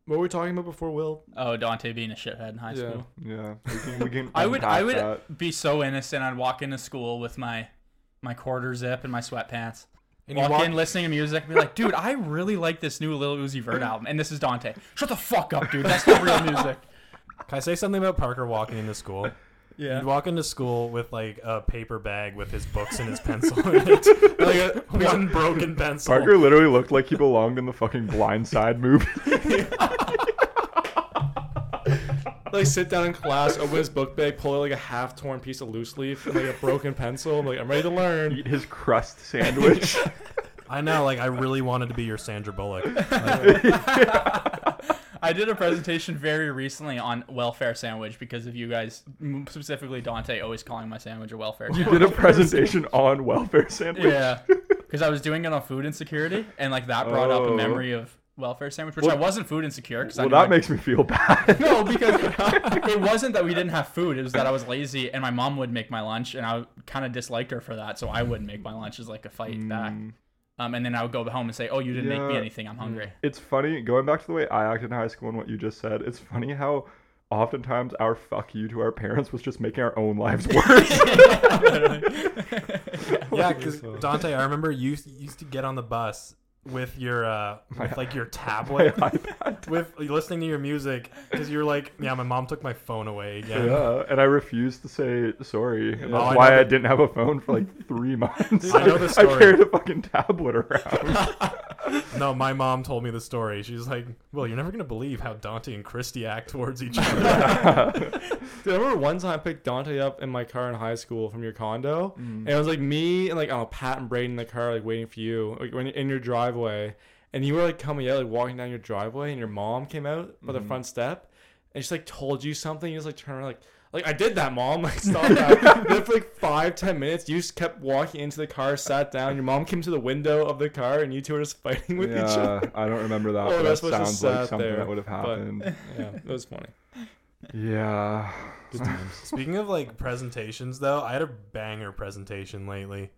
S2: What were we talking about before, Will?
S4: Oh, Dante being a shithead in high
S2: Yeah.
S4: school.
S3: yeah we can, we can
S4: I would, I
S3: unpack
S4: would
S3: that.
S4: be so innocent. I'd walk into school with my, my quarter zip and my sweatpants.
S1: And
S4: walk, in listening to music and be like, dude, I really like this new Lil Uzi Vert album. And this is Dante. Shut the fuck up, dude. That's not real music.
S1: Can I say something about Parker walking into school?
S4: Yeah.
S1: He'd walk into school with like a paper bag with his books and his pencil in it. like a, one broken pencil.
S3: Parker literally looked like he belonged in the fucking Blind Side movie.
S2: Like sit down in class, open his book bag, pull out like a half torn piece of loose leaf and like a broken pencil. I'm like, I'm ready to learn.
S3: Eat his crust sandwich.
S1: I know, like I really wanted to be your Sandra Bullock.
S4: I did a presentation very recently on welfare sandwich because of you guys, m- specifically Dante, always calling my sandwich a welfare
S3: you
S4: sandwich.
S3: did a presentation on welfare sandwich.
S4: Yeah. Because I was doing it on food insecurity, and like that brought up a
S3: Oh.
S4: memory of welfare sandwich, which I
S3: Well-
S4: wasn't food insecure. Cause I
S3: Well,
S4: knew I
S3: that makes me feel bad.
S4: No, because it wasn't that we didn't have food. It was that I was lazy and my mom would make my lunch, and I kind of disliked her for that. So I wouldn't make my lunch as like a fight back.
S1: Mm.
S4: Um, and then I would go home and say, "Oh, you didn't make me
S3: Yeah.
S4: anything. I'm hungry."
S3: It's funny going back to the way I acted in high school and what you just said. It's funny how oftentimes our fuck you to our parents was just making our own lives worse.
S1: yeah, because Dante, I remember you used- used to get on the bus with your uh, with like your tablet, with listening to your music, because you're like, yeah, my mom took my phone away again.
S3: yeah, and I refused to say sorry. And
S1: Oh,
S3: that's
S1: I know
S3: why I
S1: that-
S3: didn't have a phone for like three months.
S1: I know the story.
S3: carried a fucking tablet around.
S1: No, my mom told me the story. She's like, well, you're never gonna believe how Dante and Christy act towards each other.
S2: Dude, I remember one time I picked Dante up in my car in high school from your condo, and it was like me and like I don't know, Pat and Braden in the car, like waiting for you, like when in your driveway, and you were like coming out, like walking down your driveway, and your mom came out by the front step, and she like told you something, you just like turned around, like. Like I did that, mom. Like stop that. then for like five, ten minutes, you just kept walking into the car, sat down. Your mom came to the window of the car, and you two were just fighting with each other.
S3: yeah, I don't remember that.
S2: Oh,
S3: but that
S2: that's what's just
S3: sounds like
S2: sad
S3: something
S2: there,
S3: that would have
S2: but-
S3: happened.
S2: Yeah, it was funny.
S3: Yeah.
S1: Speaking of like presentations, though, I had a banger presentation lately.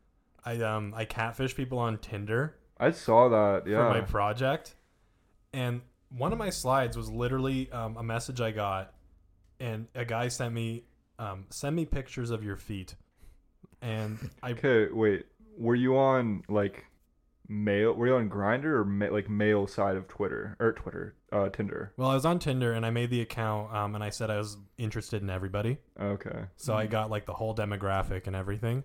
S1: I um I catfish people on Tinder.
S3: I saw that.
S1: for my
S3: Yeah.
S1: project, and one of my slides was literally um, a message I got, and a guy sent me, um, send me pictures of your feet, and I
S3: Okay, wait. Were you on like mail? Were you on Grinder or ma- like mail side of Twitter or Twitter, uh, Tinder?
S1: well I was on Tinder and I made the account um, and I said I was interested in everybody,
S3: Okay.
S1: so I got like the whole demographic and everything.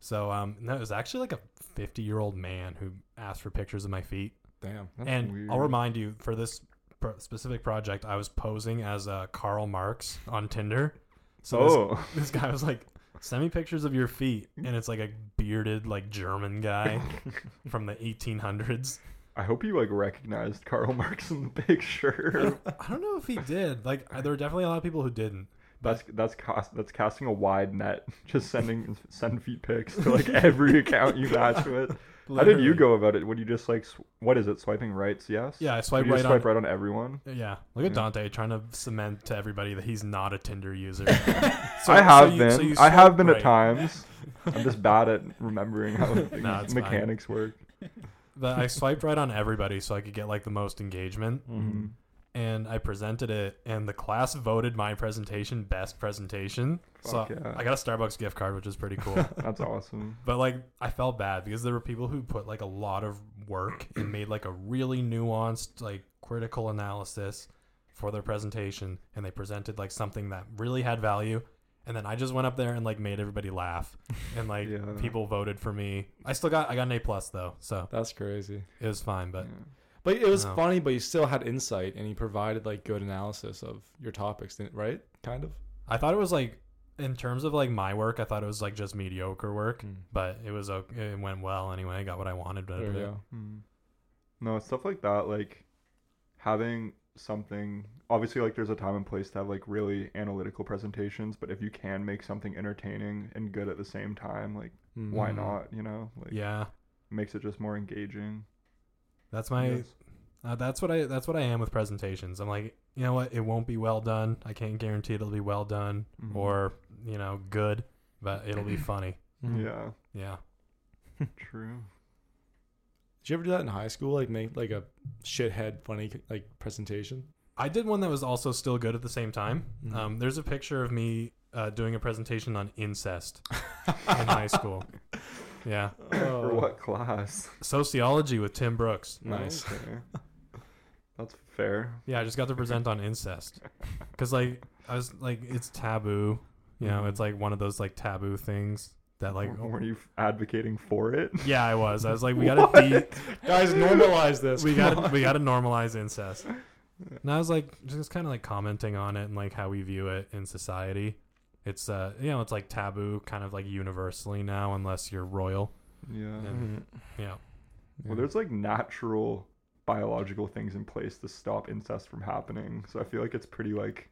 S1: So um, no, it was actually like a fifty year old man who asked for pictures of my feet.
S2: Damn.
S3: That's
S1: and
S3: weird.
S1: I'll remind you for this pro- specific project, I was posing as uh, Karl Marx on Tinder. So this-
S3: Oh,
S1: this guy was like, send me pictures of your feet. And it's like a bearded, like German guy from the 1800s.
S3: I hope you like recognized Karl Marx in the picture.
S1: uh, I don't know if he did. Like, I- there were definitely a lot of people who didn't.
S3: That's that's cast that's casting a wide net. Just sending send feet pics to like every account you match with. How did you
S1: Literally.
S3: go about it? Would you just like sw- what is it? Swiping rights? Yes.
S1: Yeah, I
S3: Would
S1: swipe
S3: you
S1: right
S3: just swipe
S1: on.
S3: right on everyone.
S1: Yeah, look at Dante trying to cement to everybody that he's not a Tinder user. So-
S3: I have
S1: so you-
S3: been.
S1: so you
S3: I have
S1: swipe
S3: been
S1: right.
S3: at times. I'm just bad at remembering how things-
S1: Nah, it's fine.
S3: mechanics work.
S1: But I swiped right on everybody so I could get like the most engagement.
S3: Mm-hmm.
S1: And I presented it, and the class voted my presentation best presentation. so
S3: Fuck yeah.
S1: I got a Starbucks gift card, which is pretty cool.
S3: That's awesome.
S1: but like, I felt bad because there were people who put like a lot of work and made like a really nuanced, like critical analysis for their presentation, and they presented like something that really had value. And then I just went up there and like made everybody laugh, and like
S3: Yeah.
S1: people voted for me. I still got I got an A plus though, so
S2: That's crazy.
S1: it was fine. But
S3: Yeah.
S2: But it was
S1: No.
S2: funny, but you still had insight and you provided like good analysis of your topics, didn't- right? Kind of.
S1: I thought it was like in terms of like my work, I thought it was like just mediocre work,
S2: Mm.
S1: but it was okay. It went well anyway. I got what I wanted. But
S2: There you go.
S3: Mm. No, it's stuff like that. Like having something. Obviously, like there's a time and place to have like really analytical presentations, but if you can make something entertaining and good at the same time, like why
S2: Mm-hmm.
S1: Mhm.
S3: not? You know, like
S1: yeah,
S3: makes it just more engaging.
S1: that's
S3: I
S1: my
S3: guess.
S1: uh, that's what I that's what I am with presentations. I'm like, you know what? It won't be well done. I can't guarantee it'll be well done
S3: Mhm.
S2: Mm-hmm.
S1: or you know good, but it'll be funny.
S2: Mhm.
S3: Mm-hmm. yeah,
S1: Yeah,
S3: true.
S2: Did you ever do that in high school? Like make like a shithead funny like presentation?
S1: I did one that was also still good at the same time.
S2: Mhm.
S1: Um, there's a picture of me uh, doing a presentation on incest in high school. Yeah,
S2: Oh.
S1: Oh.
S3: For what class?
S1: sociology with Tim Brooks.
S2: Nice.
S3: Okay. That's fair.
S1: Yeah, I just got to present on incest. Cause like I was like it's taboo. You know,
S2: Mhm.
S1: it's like one of those like taboo things that like
S2: Oh,
S3: W- were you f- advocating for it?
S1: yeah, I was. I was like we got to
S2: Guys, normalize this.
S1: we got
S2: Come
S1: to
S2: on.
S1: we got to normalize incest. And I was like just kind of like commenting on it and like how we view it in society. It's uh you know, it's like taboo kind of like universally now unless you're royal.
S3: Yeah.
S1: Yeah.
S2: Mhm.
S1: Yeah.
S2: Yeah.
S3: Well, there's like natural biological things in place to stop incest from happening. So I feel like it's pretty like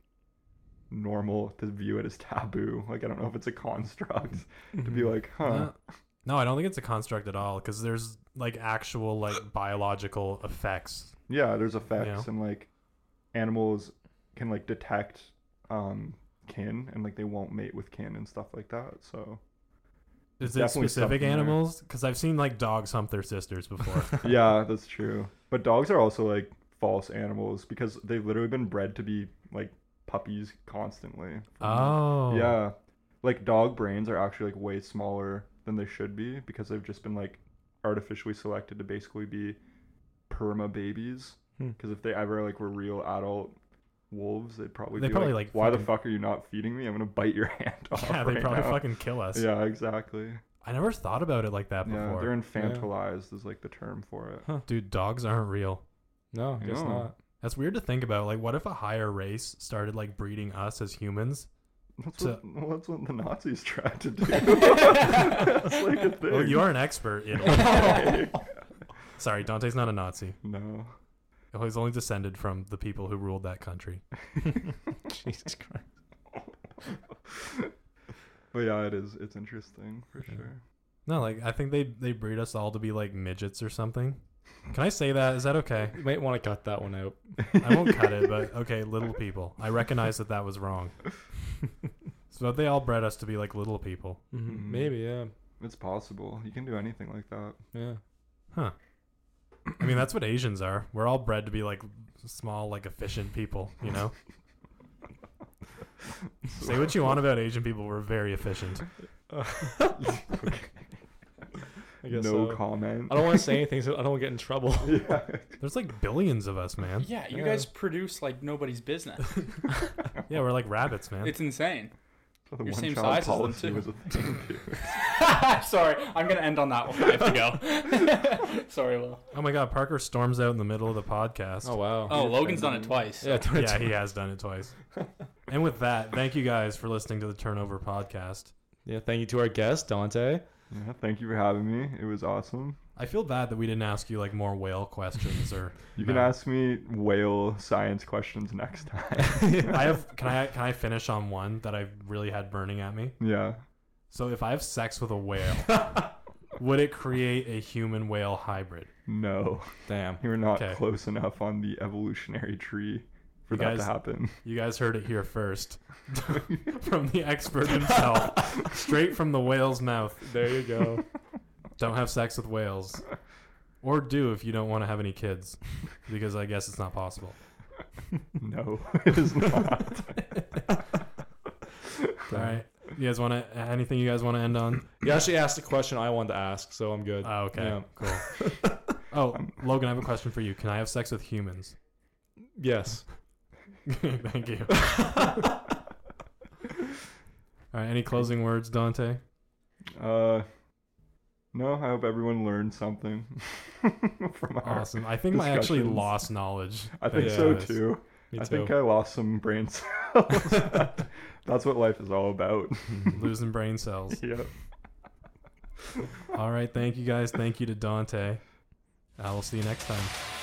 S3: normal to view it as taboo. Like I don't know if it's a construct to be
S2: Mhm.
S3: like, Mm. huh,
S1: Uh, no, I don't think it's a construct at all cuz there's like actual like biological effects.
S3: yeah, there's effects and like animals can like detect um kin and like they won't mate with kin and stuff like that. So
S1: Is it
S3: Definitely
S1: specific
S3: something there.
S1: animals? Because I've seen like dogs hump their sisters before.
S3: yeah, that's true. But dogs are also like false animals because they've literally been bred to be like puppies constantly.
S1: oh,
S3: Yeah. Like dog brains are actually like way smaller than they should be because they've just been like artificially selected to basically be perma babies.
S2: Hmm.
S3: Because if they ever like were real adult wolves, they'd probably
S1: They
S3: be
S1: probably,
S3: like,
S1: like,
S3: why the
S1: fucking-
S3: fuck are you not feeding me? I'm gonna bite your hand off.
S1: Yeah, they
S3: right
S1: probably
S3: now."
S1: fucking kill us.
S3: Yeah, exactly.
S1: I never thought about it like that
S3: Yeah,
S1: before.
S3: they're infantilized is like the term for it.
S1: Dude, dogs aren't real.
S2: No, I guess
S3: No.
S2: not.
S1: That's weird to think about. Like, what if a higher race started like breeding us as humans?
S3: That's
S1: So-
S3: what, well, that's what the Nazis tried to do. that's like a thing.
S1: Well, Oh, you are an expert. You
S3: Okay.
S1: Sorry, Dante's not a Nazi. Oh,
S3: no.
S1: He's only descended from the people who ruled that country.
S2: Jesus Christ.
S3: But yeah, it is. It's interesting for sure.
S1: No, like I think they they breed us all to be like midgets or something. Can I say that? Is that okay?
S2: You might want to cut that one out.
S1: I won't cut it, but okay, little people. I recognize that that was wrong. So they all bred us to be like little people.
S2: Mhm.
S3: Mhm.
S2: Maybe, yeah.
S3: It's possible. You can do anything like that.
S2: Yeah.
S1: I mean, that's what Asians are. We're all bred to be like small, like efficient people, you know? Say what you want about Asian people, we're very efficient.
S2: I
S3: no
S2: guess no so.
S3: comment.
S2: I don't want to say anything so I don't get in trouble.
S3: yeah.
S1: There's like billions of us, man.
S4: Mm. Yeah, you
S2: Yeah.
S4: guys produce like nobody's business.
S1: Yeah, we're like rabbits, man.
S4: It's insane.
S3: The
S4: You're same
S3: one-child
S4: size as them,
S3: policy
S4: too.
S3: was a thing, dude.
S4: Sorry, I'm gonna end on that one. I have to go. Sorry, Will.
S1: Oh my god, Parker storms out in the middle of the podcast.
S2: Oh, wow.
S4: Oh, Logan's done it twice.
S2: Yeah, don't-
S1: yeah, he has done it twice. And with that, thank you guys for listening to the Turnover Podcast.
S2: yeah, thank you to our guest, Dante.
S3: Yeah, thank you for having me. It was awesome.
S1: I feel bad that we didn't ask you like more whale questions or.
S3: You can
S1: No.
S3: ask me whale science questions next time.
S1: I have. Can I? Can I finish on one that I really had burning at me?
S3: yeah.
S1: So if I have sex with a whale, would it create a human whale hybrid?
S3: No.
S2: Damn.
S3: You're not
S1: Okay.
S3: close enough on the evolutionary tree for
S1: You
S3: that to
S1: guys-
S3: happen.
S1: You guys heard it here first from the expert himself, straight from the whale's mouth.
S2: There you go.
S1: Don't have sex with whales, or do if you don't want to have any kids, because I guess it's not possible.
S3: No, it is not.
S1: All right, you guys want to anything? You guys want to end on?
S2: You actually asked the question I wanted to ask, so I'm good.
S1: Oh, okay,
S2: Yeah.
S1: cool. Oh, Logan, I have a question for you. Can I have sex with humans?
S2: yes.
S1: Thank you. All right, any closing words, Dante?
S3: Uh, no, I hope everyone learned something from our.
S1: Awesome. I think I actually
S3: Discussions.
S1: lost knowledge.
S3: I think
S1: Yeah.
S3: so
S1: This.
S3: too.
S2: Me
S3: I
S2: too.
S3: think I lost some brain cells. That's what life is all about.
S1: Losing brain cells.
S3: yeah.
S1: All right. Thank you guys. Thank you to Dante. I will see you next time.